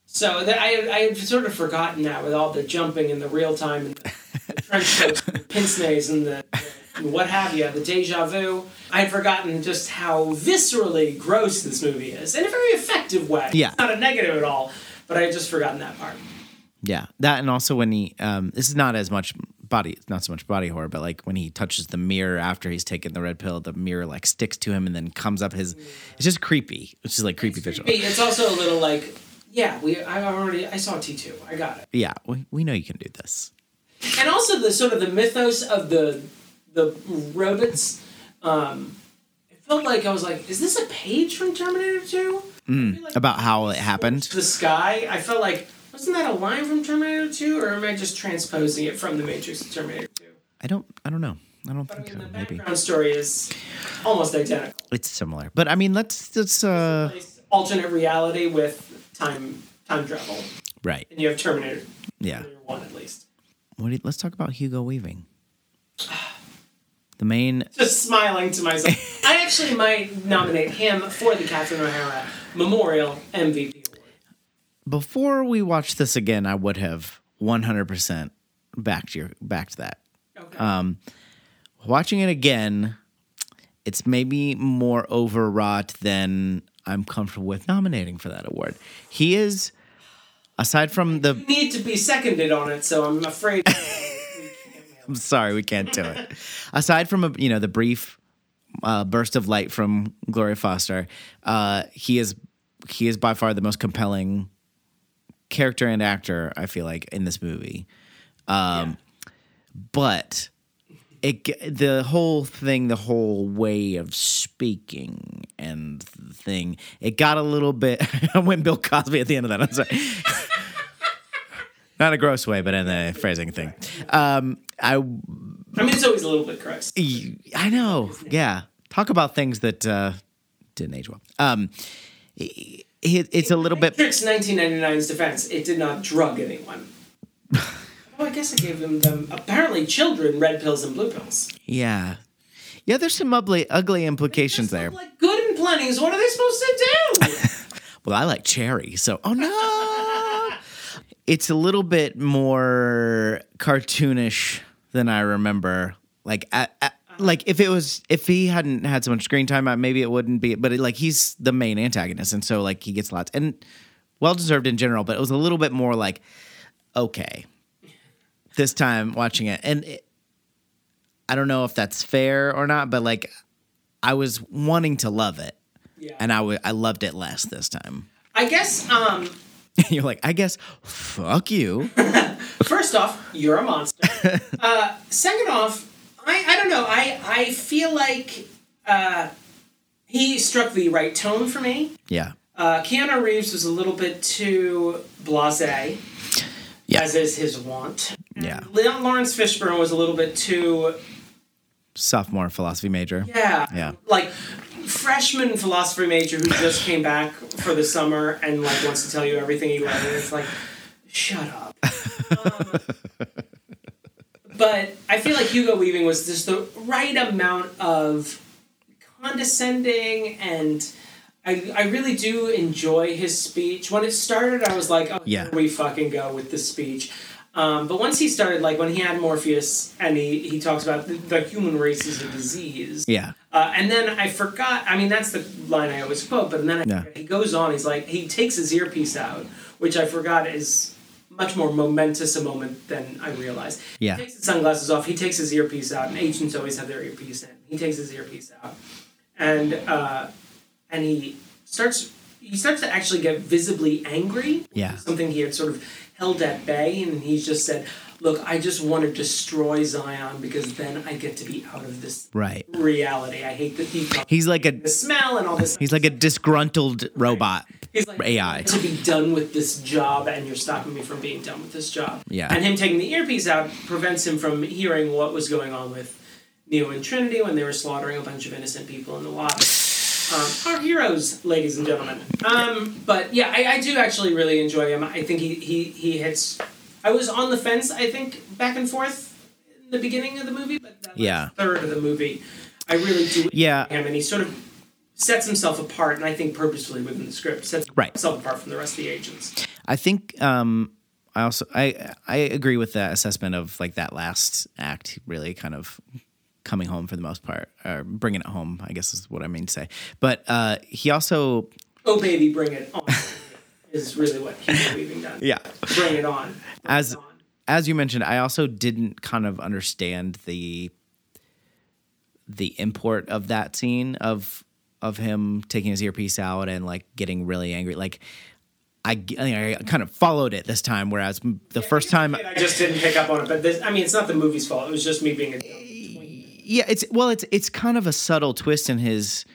[SPEAKER 2] So that I I had sort of forgotten that with all the jumping and the real time and the, the trench coats, and the pince nez and the, and what have you, the deja vu. I had forgotten just how viscerally gross this movie is in a very effective way.
[SPEAKER 1] Yeah.
[SPEAKER 2] It's not a negative at all, but I had just forgotten that part.
[SPEAKER 1] Yeah, that and also when he um, this is not as much body, not so much body horror, but like when he touches the mirror after he's taken the red pill, the mirror like sticks to him and then comes up his. It's just creepy. It's just like creepy visual.
[SPEAKER 2] Creepy. It's also a little like, yeah, we I already I saw T two, I got it.
[SPEAKER 1] Yeah, we, we know you can do this.
[SPEAKER 2] and also the sort of the mythos of the the robots. Um, it felt like I was like, is this a page from Terminator Two?
[SPEAKER 1] About how it happened.
[SPEAKER 2] the sky. I felt like wasn't that a line from Terminator Two, or am I just transposing it from the Matrix to Terminator Two?
[SPEAKER 1] I don't. I don't know. I don't
[SPEAKER 2] I
[SPEAKER 1] think
[SPEAKER 2] mean,
[SPEAKER 1] so.
[SPEAKER 2] the
[SPEAKER 1] Maybe
[SPEAKER 2] background story is almost identical.
[SPEAKER 1] it's similar, but I mean, let's let's uh
[SPEAKER 2] It's alternate reality with time time travel,
[SPEAKER 1] right.
[SPEAKER 2] and you have Terminator
[SPEAKER 1] Yeah.
[SPEAKER 2] Terminator One at least.
[SPEAKER 1] What? Do you, let's talk about Hugo Weaving. The main.
[SPEAKER 2] just smiling to myself. I actually might nominate him for the Catherine O'Hara Memorial MVP award.
[SPEAKER 1] Before we watch this again, I would have one hundred percent backed your backed that.
[SPEAKER 2] Okay.
[SPEAKER 1] Um. watching it again, it's maybe more overwrought than I'm comfortable with nominating for that award. He is, aside from the.
[SPEAKER 2] You need to be seconded on it, so I'm afraid. we can't mail
[SPEAKER 1] I'm
[SPEAKER 2] it.
[SPEAKER 1] sorry, we can't do it. aside from a, you know the brief uh, burst of light from Gloria Foster, uh, he is he is by far the most compelling character and actor I feel like in this movie. Um, but it g- the whole thing the whole way of speaking and the thing it got a little bit i went bill cosby at the end of that i'm sorry not a gross way but in the phrasing thing um i
[SPEAKER 2] I mean, it's always a little bit gross.
[SPEAKER 1] I know. Yeah. Talk about things that uh, didn't age well. Um, it, it's a little bit.
[SPEAKER 2] Matrix 1999's defense, it did not drug anyone. oh, I guess I gave them, them apparently children red pills and blue pills.
[SPEAKER 1] Yeah. Yeah. There's some ugly, ugly implications there.
[SPEAKER 2] Like good and plenties. What are they supposed to do?
[SPEAKER 1] Well, I like cherry, so oh no. it's a little bit more cartoonish than I remember. Like I, I, like if it was if he hadn't had so much screen time, I- maybe it wouldn't be. But it, like he's the main antagonist, and so like he gets lots and well deserved in general. But it was a little bit more like okay. This time watching it, and it, I don't know if that's fair or not, but like I was wanting to love it,
[SPEAKER 2] yeah.
[SPEAKER 1] and I wa- I loved it less this time.
[SPEAKER 2] I guess, um,
[SPEAKER 1] You're like, I guess, fuck you.
[SPEAKER 2] First off, you're a monster. uh, second off, I, I don't know. I, I feel like uh, he struck the right tone for me.
[SPEAKER 1] Yeah.
[SPEAKER 2] Uh, Keanu Reeves was a little bit too blase.
[SPEAKER 1] Yeah.
[SPEAKER 2] as is his wont.
[SPEAKER 1] Yeah.
[SPEAKER 2] Leon Lawrence Fishburne was a little bit too
[SPEAKER 1] Sophomore philosophy major.
[SPEAKER 2] yeah
[SPEAKER 1] Yeah.
[SPEAKER 2] like freshman philosophy major who just came back for the summer and like wants to tell you everything you learned. And it's like, shut up. Um, but I feel like Hugo Weaving was just the right amount of condescending and. I, I really do enjoy his speech. When it started, I was like, "Oh,
[SPEAKER 1] Yeah.
[SPEAKER 2] here we fucking go with this speech." Um, but once he started, like when he had Morpheus and he, he talks about the, the human race is a disease,
[SPEAKER 1] Yeah.
[SPEAKER 2] uh, and then I forgot. I mean, that's the line I always quote. But then I,
[SPEAKER 1] Yeah.
[SPEAKER 2] he goes on. He's like, he takes his earpiece out, which I forgot is much more momentous a moment than I realized.
[SPEAKER 1] Yeah.
[SPEAKER 2] He takes his sunglasses off. He takes his earpiece out, and agents always have their earpiece in. He takes his earpiece out, and uh, and he starts. He starts to actually get visibly angry. which
[SPEAKER 1] Yeah.
[SPEAKER 2] is Something he had sort of held at bay, and he's just said, "Look, I just want to destroy Zion because then I get to be out of this
[SPEAKER 1] Right.
[SPEAKER 2] reality. I hate the heat,
[SPEAKER 1] He's like a
[SPEAKER 2] the smell, and all this.
[SPEAKER 1] he's like a disgruntled robot.
[SPEAKER 2] He's like
[SPEAKER 1] AI.
[SPEAKER 2] to be done with this job, and you're stopping me from being done with this job.
[SPEAKER 1] Yeah.
[SPEAKER 2] And him taking the earpiece out prevents him from hearing what was going on with Neo and Trinity when they were slaughtering a bunch of innocent people in the lobby. Um, our heroes, ladies and gentlemen. Um, but yeah, I, I do actually really enjoy him. I think he, he he hits. I was on the fence. I think back and forth in the beginning of the movie, but that last
[SPEAKER 1] Yeah.
[SPEAKER 2] third of the movie, I really do
[SPEAKER 1] Yeah.
[SPEAKER 2] him, and he sort of sets himself apart, and I think purposefully within the script sets
[SPEAKER 1] Right.
[SPEAKER 2] himself apart from the rest of the agents.
[SPEAKER 1] I think um, I also I I agree with that assessment of like that last act really kind of coming home for the most part or bringing it home I guess is what I mean to say. But uh, he also
[SPEAKER 2] Oh baby, bring it on! is really what he's leaving done.
[SPEAKER 1] Yeah.
[SPEAKER 2] bring it on. Bring
[SPEAKER 1] As-
[SPEAKER 2] it on.
[SPEAKER 1] as you mentioned I also didn't kind of understand the the import of that scene of of him taking his earpiece out and like getting really angry like I, g- I kind of followed it this time whereas the first time
[SPEAKER 2] I just didn't pick up on it, but this, I mean, it's not the movie's fault. It was just me being a. dumb
[SPEAKER 1] yeah it's well it's it's kind of a subtle twist in his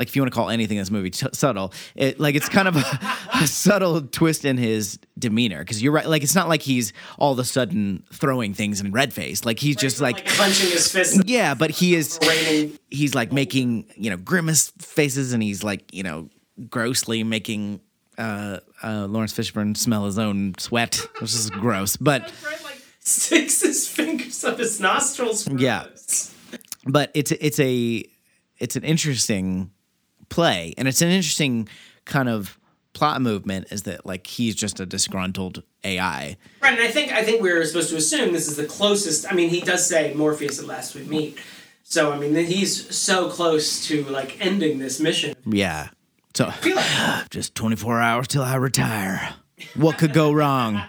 [SPEAKER 1] like if you want to call anything in this movie t- subtle it like it's kind of a, a subtle twist in his demeanor because you're right like it's not like he's all of a sudden throwing things in red face like he's just like
[SPEAKER 2] clenching his fists,
[SPEAKER 1] yeah but he is
[SPEAKER 2] raining.
[SPEAKER 1] he's like making you know grimace faces and he's like you know grossly making uh, uh, Lawrence Fishburne smell his own sweat, which is gross. But
[SPEAKER 2] Right, like sticks his fingers up his nostrils. for
[SPEAKER 1] Yeah.
[SPEAKER 2] us.
[SPEAKER 1] but it's it's a it's an interesting play and it's an interesting kind of plot movement is that like he's just a disgruntled AI.
[SPEAKER 2] Right, and I think I think we were supposed to assume this is the closest. I mean, he does say Morpheus at last we meet, so I mean he's so close to like ending this mission.
[SPEAKER 1] Yeah. So
[SPEAKER 2] I feel like
[SPEAKER 1] just 24 hours till I retire. What could go wrong?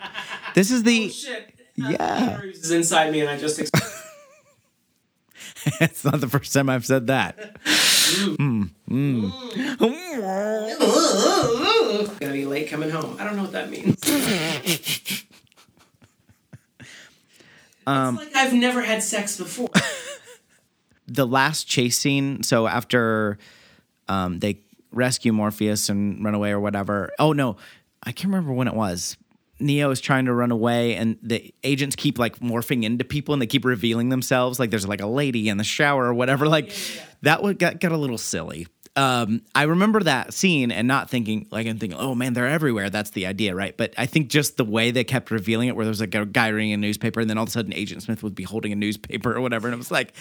[SPEAKER 1] This is the
[SPEAKER 2] shit.
[SPEAKER 1] Yeah.
[SPEAKER 2] Bruce is inside me, and I just ex-
[SPEAKER 1] it's not the first time I've said that. Mm,
[SPEAKER 2] gonna be late coming home. I don't know what that means.
[SPEAKER 1] Um,
[SPEAKER 2] it's like I've never had sex before.
[SPEAKER 1] The last chase scene, so after um, they rescue Morpheus and run away or whatever. Oh no, I can't remember when it was. Neo is trying to run away, and the agents keep like morphing into people, and they keep revealing themselves. Like there's like a lady in the shower or whatever. Like that one got got a little silly. Um, I remember that scene and not thinking like I'm thinking, oh man, they're everywhere. That's the idea, right? But I think just the way they kept revealing it, where there was like a guy reading a newspaper, and then all of a sudden Agent Smith would be holding a newspaper or whatever, and it was like,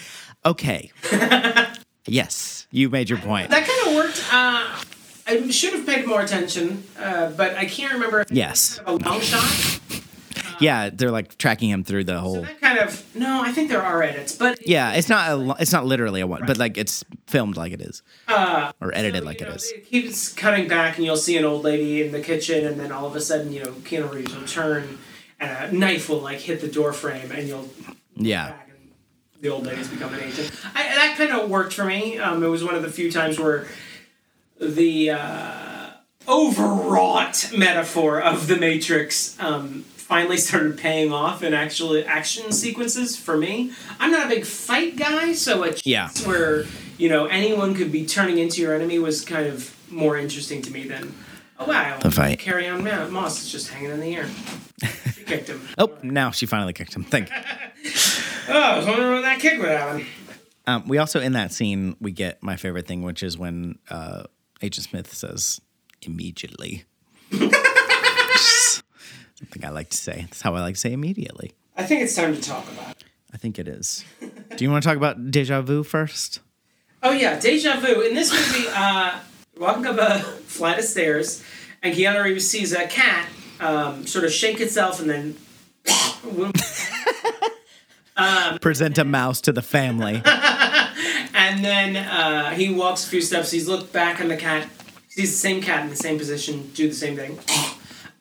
[SPEAKER 1] okay, yes, you made your point.
[SPEAKER 2] that kind of worked. Uh, I should have paid more attention, uh, but I can't remember. If it was
[SPEAKER 1] Yes.
[SPEAKER 2] kind of a long shot.
[SPEAKER 1] Yeah, they're like tracking him through the whole.
[SPEAKER 2] That kind of no, I think there are edits, but
[SPEAKER 1] Yeah, it's not a, lo- it's not literally a one, but like it's filmed like it is, or edited like
[SPEAKER 2] Uh, you
[SPEAKER 1] it
[SPEAKER 2] know,
[SPEAKER 1] is.
[SPEAKER 2] It keeps cutting back, and you'll see an old lady in the kitchen, and then all of a sudden, you know, Keanu Reeves will turn, and a knife will like hit the door frame, and you'll
[SPEAKER 1] Yeah,
[SPEAKER 2] back, and the old lady's become an agent. I, that kind of worked for me. Um, it was one of the few times where the uh, overwrought metaphor of the Matrix. Um, Finally started paying off in actual action sequences for me. I'm not a big fight guy, so a
[SPEAKER 1] Yeah.
[SPEAKER 2] chance where you know anyone could be turning into your enemy was kind of more interesting to me than oh wow,
[SPEAKER 1] fight.
[SPEAKER 2] Carry on, Moss is just hanging in the air. She kicked him.
[SPEAKER 1] Oh, now she finally kicked him. Thank you.
[SPEAKER 2] Oh, I was wondering when that kick would happen.
[SPEAKER 1] Um, we also in that scene we get my favorite thing, which is when uh, Agent Smith says immediately. Something I like to say. That's how I like to say immediately.
[SPEAKER 2] I think it's time to talk about it.
[SPEAKER 1] I think it is. Do you want to talk about deja vu first?
[SPEAKER 2] Oh yeah, deja vu. In this movie, uh, walking up a flight of stairs, and Keanu Reeves sees a cat um, sort of shake itself and then.
[SPEAKER 1] Present a mouse to the family.
[SPEAKER 2] And then uh, he walks a few steps. He's looked back, and the cat sees the same cat in the same position, do the same thing,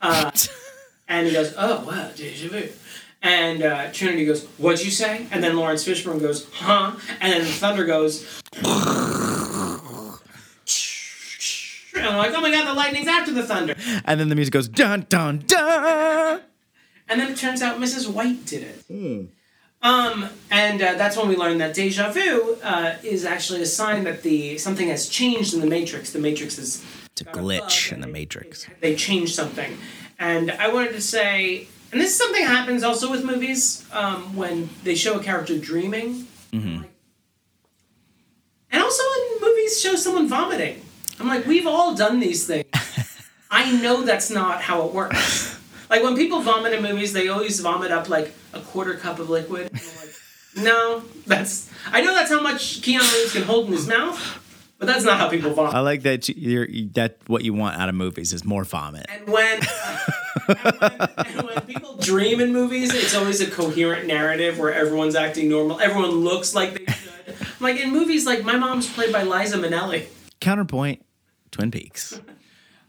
[SPEAKER 2] and he goes, "Oh wow, deja vu." And uh, Trinity goes, "What'd you say?" And then Lawrence Fishburne goes, "Huh?" And then Thunder goes, and I'm like, "Oh my god, the lightning's after the thunder!"
[SPEAKER 1] and then the music goes dun dun dun.
[SPEAKER 2] And then it turns out Mrs. White did it. Um, and uh, that's when we learned that deja vu uh, is actually a sign that the something has changed in the Matrix. The Matrix is
[SPEAKER 1] It's a glitch in the Matrix.
[SPEAKER 2] they changed something. And I wanted to say, and this is something that happens also with movies um, when they show a character dreaming, Like- and also in movies show someone vomiting. I'm like, we've all done these things. I know that's not how it works. Like when people vomit in movies, they always vomit up like a quarter cup of liquid. And I'm like, no, that's I know that's how much Keanu Reeves can hold in his mouth, but that's not how people vomit.
[SPEAKER 1] I like that you- you're that what you want out of movies is more vomit.
[SPEAKER 2] And when, and when and when people dream in movies, it's always a coherent narrative where everyone's acting normal. Everyone looks like they should. Like in movies, like my mom's played by Liza Minnelli.
[SPEAKER 1] Counterpoint, Twin Peaks.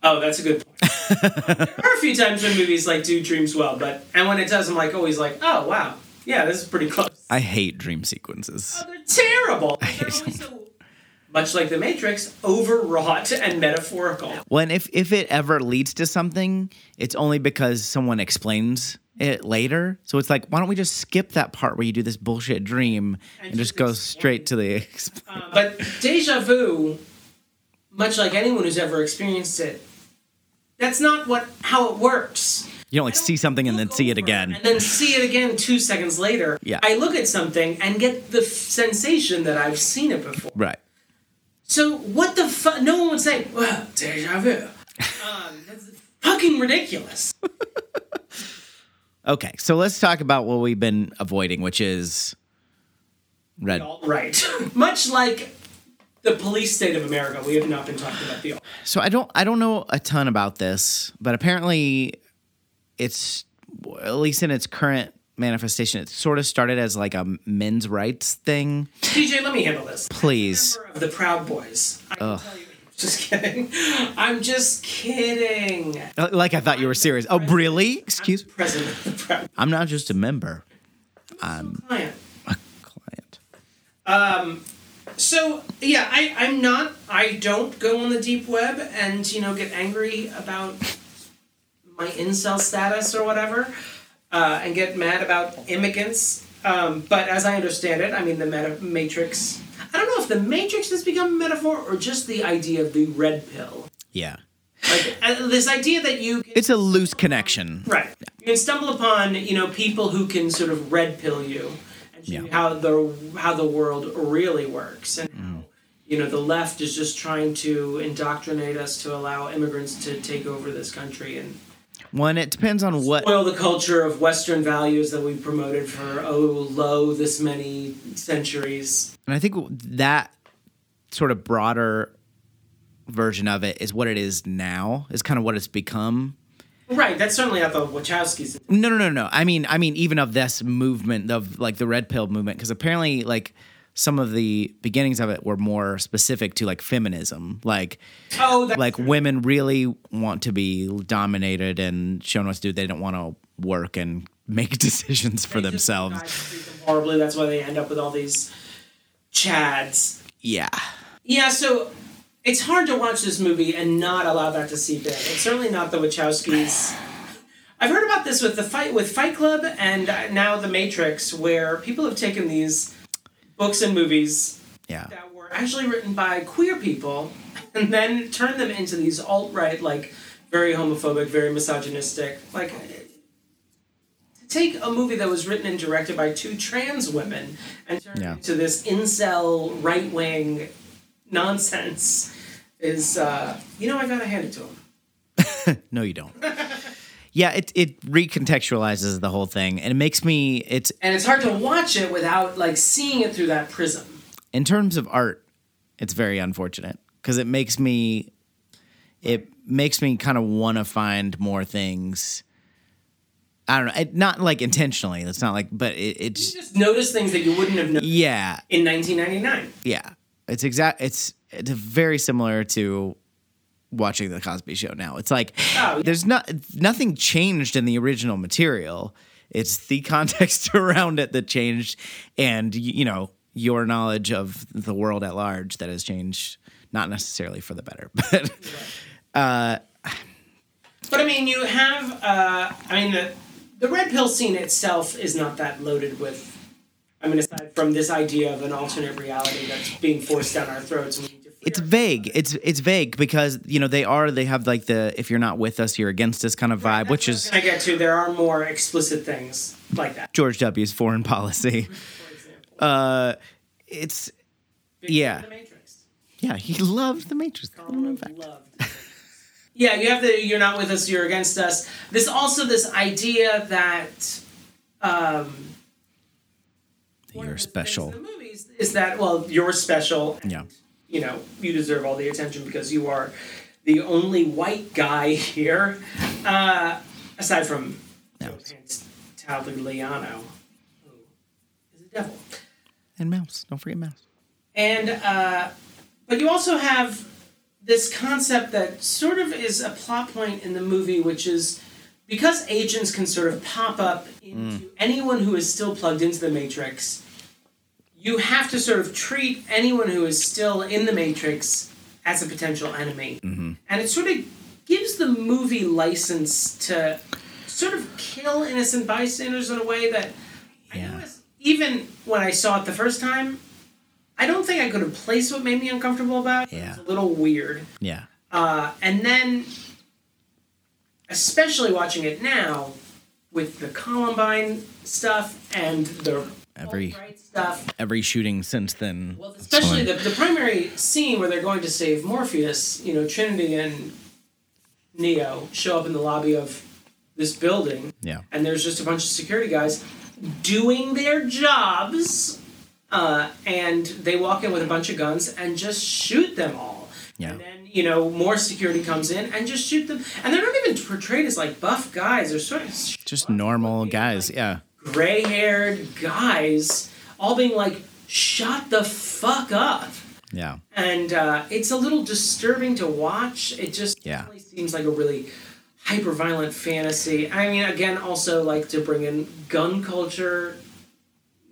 [SPEAKER 2] Oh, that's a good point. there are a few times when movies like do dreams well, but and when it does, I'm like always like, oh wow, yeah, this is pretty close.
[SPEAKER 1] I hate dream sequences.
[SPEAKER 2] Oh, they're terrible. They're always so, much like The Matrix, overwrought and metaphorical.
[SPEAKER 1] When if if it ever leads to something, it's only because someone explains it later. So it's like, why don't we just skip that part where you do this bullshit dream and,
[SPEAKER 2] just
[SPEAKER 1] just go
[SPEAKER 2] explain.
[SPEAKER 1] straight to the ex-
[SPEAKER 2] But deja vu, much like anyone who's ever experienced it, that's not what how it works.
[SPEAKER 1] You don't like see something and then
[SPEAKER 2] Look
[SPEAKER 1] see it
[SPEAKER 2] over
[SPEAKER 1] again.
[SPEAKER 2] and then see it again two seconds later.
[SPEAKER 1] Yeah.
[SPEAKER 2] I look at something and get the f- sensation that I've seen it before.
[SPEAKER 1] Right.
[SPEAKER 2] So what the fuck? No one would say, "Well, deja vu." Um, that's fucking ridiculous.
[SPEAKER 1] Okay. So let's talk about what we've been avoiding, which is red.
[SPEAKER 2] Right. much like the police state of America, we have not been talking about the.
[SPEAKER 1] So I don't I don't know a ton about this, but apparently it's at least in its current manifestation, it sort of started as like a men's rights thing.
[SPEAKER 2] TJ, let me handle this.
[SPEAKER 1] Please.
[SPEAKER 2] member of the Proud Boys. I can tell you. Just kidding. I'm just kidding.
[SPEAKER 1] Like I thought you were serious. Oh, really? Excuse me.
[SPEAKER 2] President of the Proud
[SPEAKER 1] I'm not just a member,
[SPEAKER 2] Client.
[SPEAKER 1] client.
[SPEAKER 2] So yeah, I, I'm not. I don't go on the deep web and you know get angry about my incel status or whatever, uh, and get mad about immigrants. Um, but as I understand it, I mean the meta- Matrix. I don't know if the Matrix has become a metaphor or just the idea of the red pill.
[SPEAKER 1] Yeah.
[SPEAKER 2] Like uh, this idea that you can
[SPEAKER 1] It's a loose connection.
[SPEAKER 2] Right. You can stumble upon, you know, people who can sort of red pill you and show you
[SPEAKER 1] Yeah.
[SPEAKER 2] how the how the world really works and
[SPEAKER 1] Mm-hmm.
[SPEAKER 2] how you know the left is just trying to indoctrinate us to allow immigrants to take over this country and
[SPEAKER 1] One, it depends on what
[SPEAKER 2] spoil the culture of Western values that we promoted for oh lo this many centuries.
[SPEAKER 1] And I think that sort of broader version of it is what it is now, is kind of what it's become.
[SPEAKER 2] Right. That's certainly not the Wachowskis.
[SPEAKER 1] No, no, no, no. I mean, I mean, even of this movement of like the red pill movement, because apparently, like some of the beginnings of it were more specific to like feminism, like
[SPEAKER 2] Oh, that's
[SPEAKER 1] like women really want to be dominated and shown what to do. They don't want to work and make decisions for
[SPEAKER 2] They just
[SPEAKER 1] themselves.
[SPEAKER 2] guys treat them Horribly. That's why they end up with all these chads.
[SPEAKER 1] Yeah,
[SPEAKER 2] Yeah, so it's hard to watch this movie and not allow that to seep in. It's certainly not the Wachowskis. I've heard about this with the fight with Fight Club and uh, now The Matrix, where people have taken these books and movies
[SPEAKER 1] yeah.
[SPEAKER 2] that were actually written by queer people and then turned them into these alt right, like very homophobic, very misogynistic, like take a movie that was written and directed by two trans women and turn
[SPEAKER 1] Yeah.
[SPEAKER 2] it into this incel right wing nonsense is uh, you know I gotta hand it to him.
[SPEAKER 1] No, you don't. yeah, it it recontextualizes the whole thing, and it makes me. It's
[SPEAKER 2] And it's hard to watch it without like seeing it through that prism.
[SPEAKER 1] in terms of art, it's very unfortunate because it makes me. It makes me kind of want to find more things. I don't know. It, not like intentionally. That's not like, but it, it's
[SPEAKER 2] You just notice things that you wouldn't have known
[SPEAKER 1] yeah.
[SPEAKER 2] in 1999.
[SPEAKER 1] Yeah, it's exact. It's it's very similar to watching the Cosby Show now. It's like
[SPEAKER 2] Oh, yeah.
[SPEAKER 1] there's not nothing changed in the original material. It's the context around it that changed, and y- you know your knowledge of the world at large that has changed, not necessarily for the better, but
[SPEAKER 2] But I mean, you have. Uh, I mean, the, the red pill scene itself is not that loaded with. I mean, aside from this idea of an alternate reality that's being forced down our throats, and we need to figure
[SPEAKER 1] it's
[SPEAKER 2] out.
[SPEAKER 1] vague. It's it's vague because you know they are they have like the if you're not with us you're against us kind of vibe, which is
[SPEAKER 2] Can I get to there are more explicit things like that.
[SPEAKER 1] George W.'s foreign policy.
[SPEAKER 2] For example,
[SPEAKER 1] It's
[SPEAKER 2] Big fan
[SPEAKER 1] yeah.
[SPEAKER 2] of The Matrix.
[SPEAKER 1] yeah, he loved the Matrix.
[SPEAKER 2] Colin loved. The Matrix. yeah, you have the. You're not with us. You're against us. This also this idea that. Um, one of
[SPEAKER 1] You're
[SPEAKER 2] the things
[SPEAKER 1] special.
[SPEAKER 2] in the movies is that well, you're special.
[SPEAKER 1] Yeah.
[SPEAKER 2] you know, you deserve all the attention because you are the only white guy here, uh, aside from Joe Pants Tagliano, who is a devil.
[SPEAKER 1] And mouse. Don't forget mouse.
[SPEAKER 2] And uh, but you also have this concept that sort of is a plot point in the movie, which is because agents can sort of pop up into anyone who is still plugged into the matrix. You have to sort of treat anyone who is still in the matrix as a potential enemy, and it sort of gives the movie license to sort of kill innocent bystanders in a way that I
[SPEAKER 1] Yeah.
[SPEAKER 2] noticed even when I saw it the first time, I don't think I could have placed what made me uncomfortable about. it.
[SPEAKER 1] Yeah.
[SPEAKER 2] It was a little weird.
[SPEAKER 1] Yeah.
[SPEAKER 2] Uh, and then, especially watching it now with the Columbine stuff and the
[SPEAKER 1] Every-
[SPEAKER 2] alt-right stuff.
[SPEAKER 1] Every shooting since then.
[SPEAKER 2] Well, especially the, the primary scene where they're going to save Morpheus, you know, Trinity and Neo show up in the lobby of this building
[SPEAKER 1] Yeah.
[SPEAKER 2] and there's just a bunch of security guys doing their jobs, uh, and they walk in with a bunch of guns and just shoot them all.
[SPEAKER 1] Yeah.
[SPEAKER 2] And then you know more security comes in and just shoot them, and they're not even portrayed as like buff guys. They're sort of
[SPEAKER 1] Just normal guys. Yeah.
[SPEAKER 2] gray-haired guys, all being like, "Shut the fuck up."
[SPEAKER 1] Yeah.
[SPEAKER 2] and uh, it's a little disturbing to watch. It just
[SPEAKER 1] Yeah.
[SPEAKER 2] definitely seems like a really hyper violent fantasy. I mean, again, also like to bring in gun culture,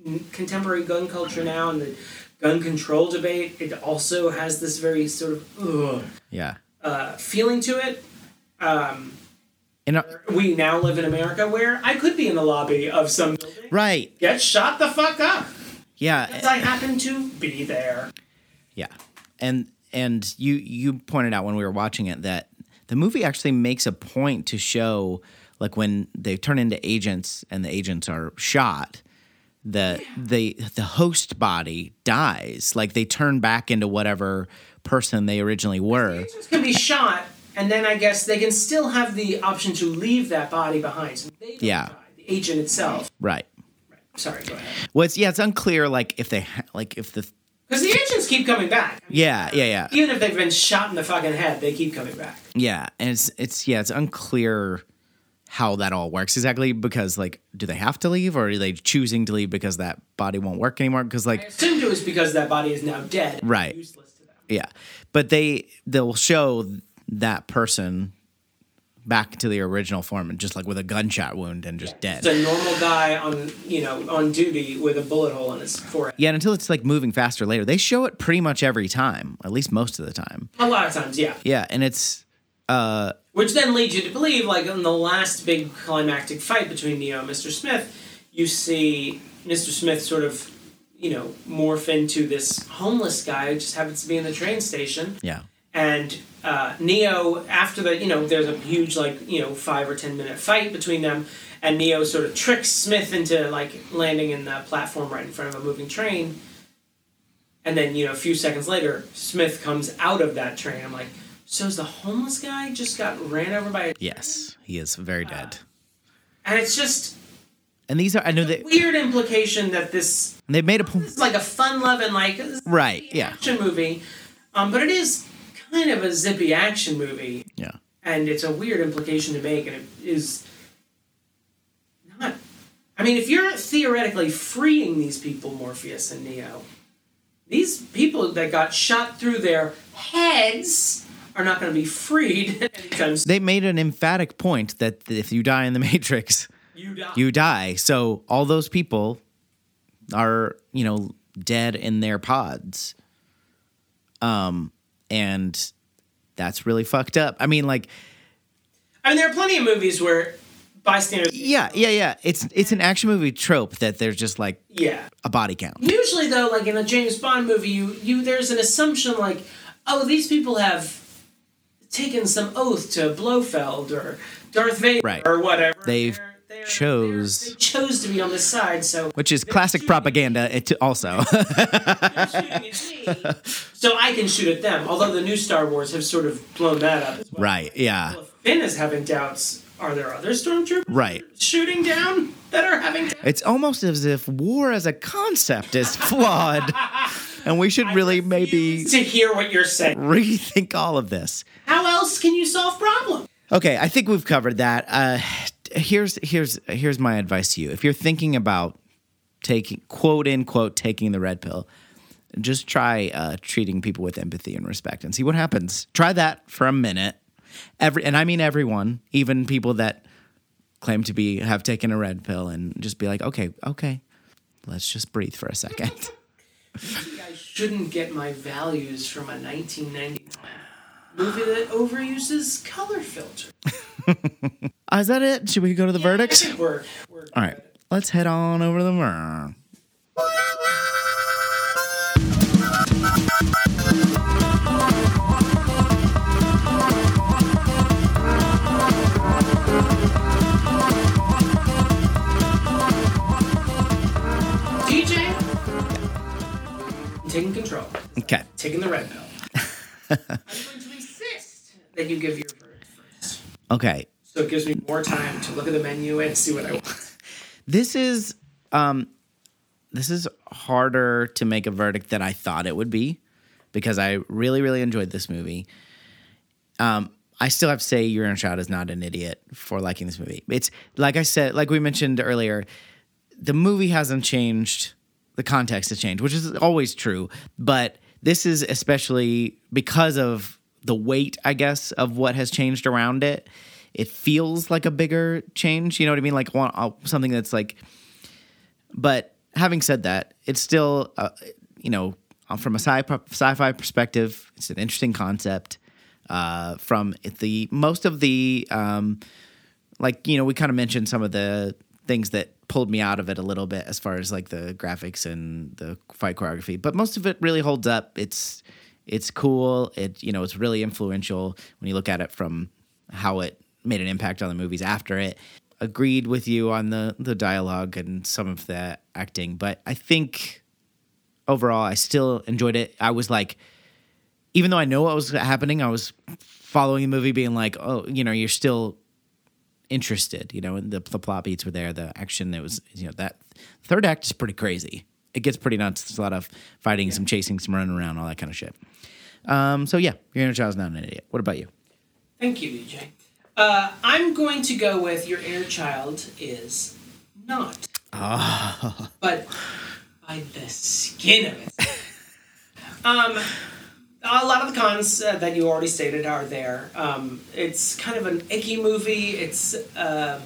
[SPEAKER 2] n- contemporary gun culture now, and the gun control debate. It also has this very sort of ugh,
[SPEAKER 1] Yeah.
[SPEAKER 2] uh, feeling to it.
[SPEAKER 1] And, uh,
[SPEAKER 2] We now live in America where I could be in the lobby of some building,
[SPEAKER 1] right.
[SPEAKER 2] get shot the fuck up. 'cause
[SPEAKER 1] Yeah. Uh,
[SPEAKER 2] I happen to be there.
[SPEAKER 1] Yeah. And and you you pointed out when we were watching it that the movie actually makes a point to show like when they turn into agents and the agents are shot the they the host body dies like they turn back into whatever person they originally were
[SPEAKER 2] Agents can be shot, and then I guess they can still have the option to leave that body behind. So they don't
[SPEAKER 1] Yeah.
[SPEAKER 2] die. The agent itself.
[SPEAKER 1] right
[SPEAKER 2] Sorry, go ahead.
[SPEAKER 1] Well, it's yeah, it's unclear like if they ha- like if the
[SPEAKER 2] Because the agents keep coming back. I mean,
[SPEAKER 1] yeah yeah yeah
[SPEAKER 2] Even if they've been shot in the fucking head, they keep coming back.
[SPEAKER 1] yeah, and it's it's yeah, it's unclear how that all works exactly because like do they have to leave or are they choosing to leave because that body won't work anymore? Because
[SPEAKER 2] I
[SPEAKER 1] like
[SPEAKER 2] assumed it was because that body is now dead. and
[SPEAKER 1] Right.
[SPEAKER 2] Useless to them.
[SPEAKER 1] yeah, but they they'll show that person back to the original form and just like with a gunshot wound and just dead.
[SPEAKER 2] It's a normal guy on you know on duty with a bullet hole in his forehead.
[SPEAKER 1] yeah, and until it's like moving faster later, they show it pretty much every time, at least most of the time.
[SPEAKER 2] A lot of times, yeah.
[SPEAKER 1] Yeah, and it's
[SPEAKER 2] Which then leads you to believe, like in the last big climactic fight between Neo and Mr. Smith, you see Mr. Smith sort of, you know, morph into this homeless guy who just happens to be in the train station.
[SPEAKER 1] yeah,
[SPEAKER 2] and uh, Neo after the you know there's a huge like you know five or ten minute fight between them, and Neo sort of tricks Smith into like landing in the platform right in front of a moving train. And then you know a few seconds later, Smith comes out of that train. I'm like, so is the homeless guy just got ran over by? A-
[SPEAKER 1] Yes, he is very dead.
[SPEAKER 2] and it's just
[SPEAKER 1] And these are I know that
[SPEAKER 2] weird implication that this
[SPEAKER 1] they made a point.
[SPEAKER 2] this is like a fun loving like this is a
[SPEAKER 1] Right.
[SPEAKER 2] zippy
[SPEAKER 1] Yeah.
[SPEAKER 2] action movie, um, but it is kind of a zippy action movie,
[SPEAKER 1] Yeah.
[SPEAKER 2] and it's a weird implication to make, and it is not. I mean, if you're theoretically freeing these people, Morpheus and Neo, these people that got shot through their heads are not going to be freed anytime soon.
[SPEAKER 1] They made an emphatic point that if you die in the Matrix,
[SPEAKER 2] You die.
[SPEAKER 1] you die. So all those people are, you know, dead in their pods. Um, and that's really fucked up. I mean, like,
[SPEAKER 2] I mean, there are plenty of movies where bystanders.
[SPEAKER 1] yeah, yeah, yeah. It's it's an action movie trope that there's just like
[SPEAKER 2] Yeah.
[SPEAKER 1] a body count.
[SPEAKER 2] Usually, though, like in a James Bond movie, you you there's an assumption like, oh, these people have taken some oath to Blofeld or Darth Vader
[SPEAKER 1] Right.
[SPEAKER 2] or whatever.
[SPEAKER 1] They've
[SPEAKER 2] they're-
[SPEAKER 1] chose-
[SPEAKER 2] they're- they chose to be on this side, so
[SPEAKER 1] Which is classic propaganda. It also
[SPEAKER 2] they're shooting at me, so I can shoot at them. Although the new Star Wars have sort of blown that up. As well.
[SPEAKER 1] right, yeah,
[SPEAKER 2] Well, if Finn is having doubts. Are there other stormtroopers
[SPEAKER 1] right.
[SPEAKER 2] shooting down that are having doubts?
[SPEAKER 1] It's almost as if war as a concept is flawed, and we should really maybe
[SPEAKER 2] to hear what you're saying.
[SPEAKER 1] rethink all of this.
[SPEAKER 2] How else can you solve problems?
[SPEAKER 1] Okay, I think we've covered that. Uh, here's here's here's my advice to you. If you're thinking about taking quote unquote taking the red pill, just try uh, treating people with empathy and respect and see what happens. Try that for a minute. Every and I mean everyone, even people that claim to be have taken a red pill, and just be like, okay, okay, let's just breathe for a second.
[SPEAKER 2] I shouldn't get my values from a 1990 movie that overuses color filter.
[SPEAKER 1] Uh, is that it? Should we go to the verdict?
[SPEAKER 2] We're, we're
[SPEAKER 1] All right, let's head on over to the verdict.
[SPEAKER 2] DJ, I'm taking control,
[SPEAKER 1] Okay.
[SPEAKER 2] taking the red pill. I'm going to insist that you give your verdict first.
[SPEAKER 1] Okay.
[SPEAKER 2] So it gives me more time to look at the menu and see what I want.
[SPEAKER 1] this is um this is harder to make a verdict than I thought it would be because I really really enjoyed this movie. Um I still have to say Urine Shot is not an idiot for liking this movie. It's like I said like we mentioned earlier the movie hasn't changed the context has changed, which is always true, but this is especially because of the weight I guess of what has changed around it. It feels like a bigger change, you know what I mean? Like one, uh, something that's like but having said that, it's still, uh, you know, uh, from a sci- sci-fi perspective, it's an interesting concept. Uh, from the most of the, um, like you know, we kind of mentioned some of the things that pulled me out of it a little bit, as far as like the graphics and the fight choreography. But most of it really holds up. It's it's cool. It you know, it's really influential when you look at it from how it made an impact on the movies after it. Agreed with you on the the dialogue and some of the acting, but I think overall I still enjoyed it. I was like, even though I know what was happening, I was following the movie, being like, oh, you know, you're still interested. You know, and the the plot beats were there, the action it was, you know, that third act is pretty crazy. It gets pretty nuts. There's a lot of fighting, some chasing, some running around, all that kind of shit. Um, so yeah, your inner child's not an idiot. What about you?
[SPEAKER 2] Thank you, DJ. Uh, I'm going to go with your inner child is not. But by the skin of it. um, a lot of the cons uh, that you already stated are there. Um, it's kind of an icky movie. It's uh,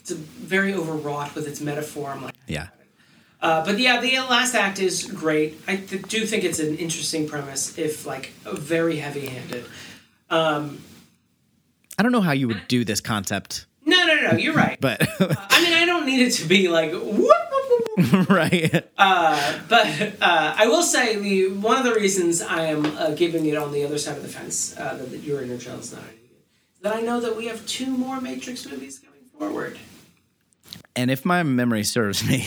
[SPEAKER 2] it's very overwrought with its metaphor. I'm like,
[SPEAKER 1] Yeah.
[SPEAKER 2] uh, but yeah, the last act is great. I th- do think it's an interesting premise, if like very heavy-handed.
[SPEAKER 1] I don't know how you would do this concept,
[SPEAKER 2] No, no, no, you're right.
[SPEAKER 1] but
[SPEAKER 2] I mean, I don't need it to be like whoop, whoop, whoop,
[SPEAKER 1] right?
[SPEAKER 2] But uh, I will say the one of the reasons I am uh, giving it on the other side of the fence uh, that, that your inner child is not any good, that I know that we have two more Matrix movies coming forward.
[SPEAKER 1] and if my memory serves me,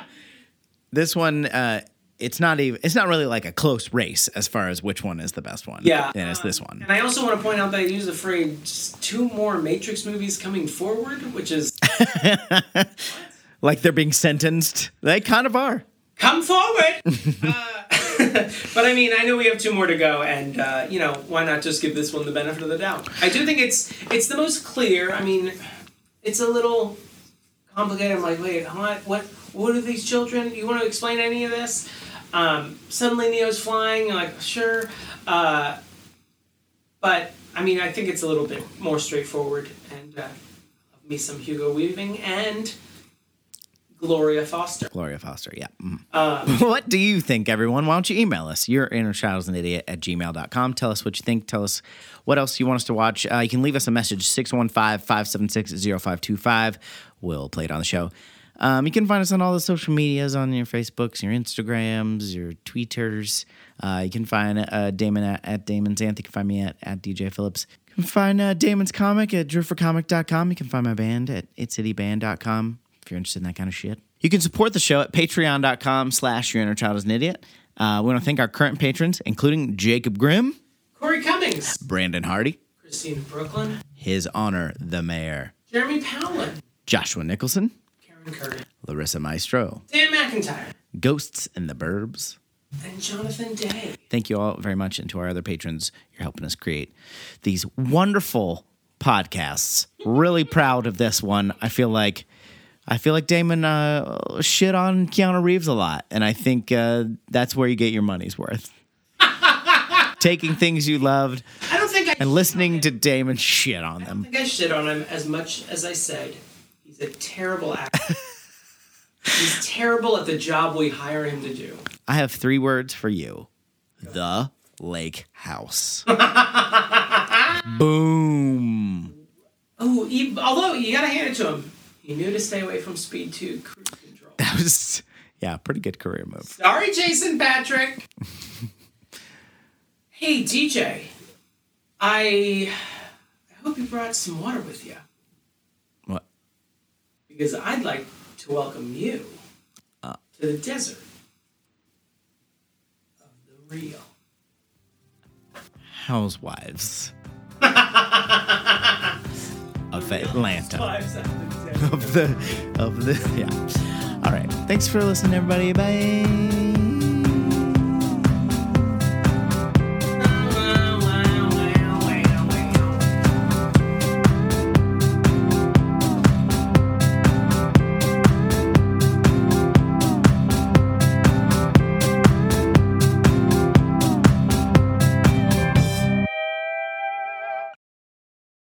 [SPEAKER 1] this one uh, it's not even it's not really like a close race as far as which one is the best one.
[SPEAKER 2] Yeah,
[SPEAKER 1] and it's
[SPEAKER 2] um,
[SPEAKER 1] this one.
[SPEAKER 2] And I also want to point out that I use the phrase "just two more Matrix movies coming forward," which is
[SPEAKER 1] Like they're being sentenced. They kind of are.
[SPEAKER 2] come forward. Uh, but I mean, I know we have two more to go, and uh, you know, why not just give this one the benefit of the doubt? I do think it's it's the most clear. I mean, it's a little complicated. I'm like, wait, what? What? What are these children? You want to explain any of this? Um, suddenly, Neo's flying. You're like, sure, uh, but I mean, I think it's a little bit more straightforward. And uh, me some Hugo Weaving and Gloria Foster.
[SPEAKER 1] Gloria Foster, yeah. Mm. what do you think, everyone? Why don't you email us? Your inner child is an idiot at gmail.com. Tell us what you think. Tell us what else you want us to watch. Uh, you can leave us a message 615 576 0525. We'll play it on the show. Um, you can find us on all the social medias on your Facebooks, your Instagrams, your Tweeters. Uh, you can find uh, Damon at, at Damon's Anth. You can find me at, at DJ Phillips. You can find uh, Damon's comic at drewforcomic.com. You can find my band at itsityband.com if you're interested in that kind of shit. You can support the show at patreon.com slash your inner child is an idiot. Uh, we want to thank our current patrons, including Jacob Grimm,
[SPEAKER 2] Corey Cummings,
[SPEAKER 1] Brandon Hardy,
[SPEAKER 2] Christine Brooklyn,
[SPEAKER 1] His Honor the Mayor,
[SPEAKER 2] Jeremy Powlin,
[SPEAKER 1] Joshua Nicholson,
[SPEAKER 2] Karen Curry,
[SPEAKER 1] Larissa Maestro,
[SPEAKER 2] Dan McIntyre,
[SPEAKER 1] Ghosts and the Burbs.
[SPEAKER 2] and Jonathan Day.
[SPEAKER 1] Thank you all very much. And to our other patrons, you're helping us create these wonderful podcasts. Really proud of this one. I feel like I feel like Damon uh, shit on Keanu Reeves a lot, and I think uh, that's where you get your money's worth. Taking things you loved
[SPEAKER 2] I don't think I,
[SPEAKER 1] and listening to Damon shit on
[SPEAKER 2] I
[SPEAKER 1] them.
[SPEAKER 2] think I shit on him as much as I said he's a terrible actor. he's terrible at the job we hire him to do.
[SPEAKER 1] I have three words for you: the lake house. Boom.
[SPEAKER 2] Oh, he, although you gotta hand it to him, he knew to stay away from speed two cruise control.
[SPEAKER 1] That was yeah, pretty good career move.
[SPEAKER 2] Sorry, Jason Patrick. hey, DJ. I I hope you brought some water with you.
[SPEAKER 1] What?
[SPEAKER 2] because I'd like to welcome you to the desert of the real.
[SPEAKER 1] housewives of Atlanta.
[SPEAKER 2] Lives out of the desert.
[SPEAKER 1] Of the, of the, yeah. All right. Thanks for listening, everybody. Bye.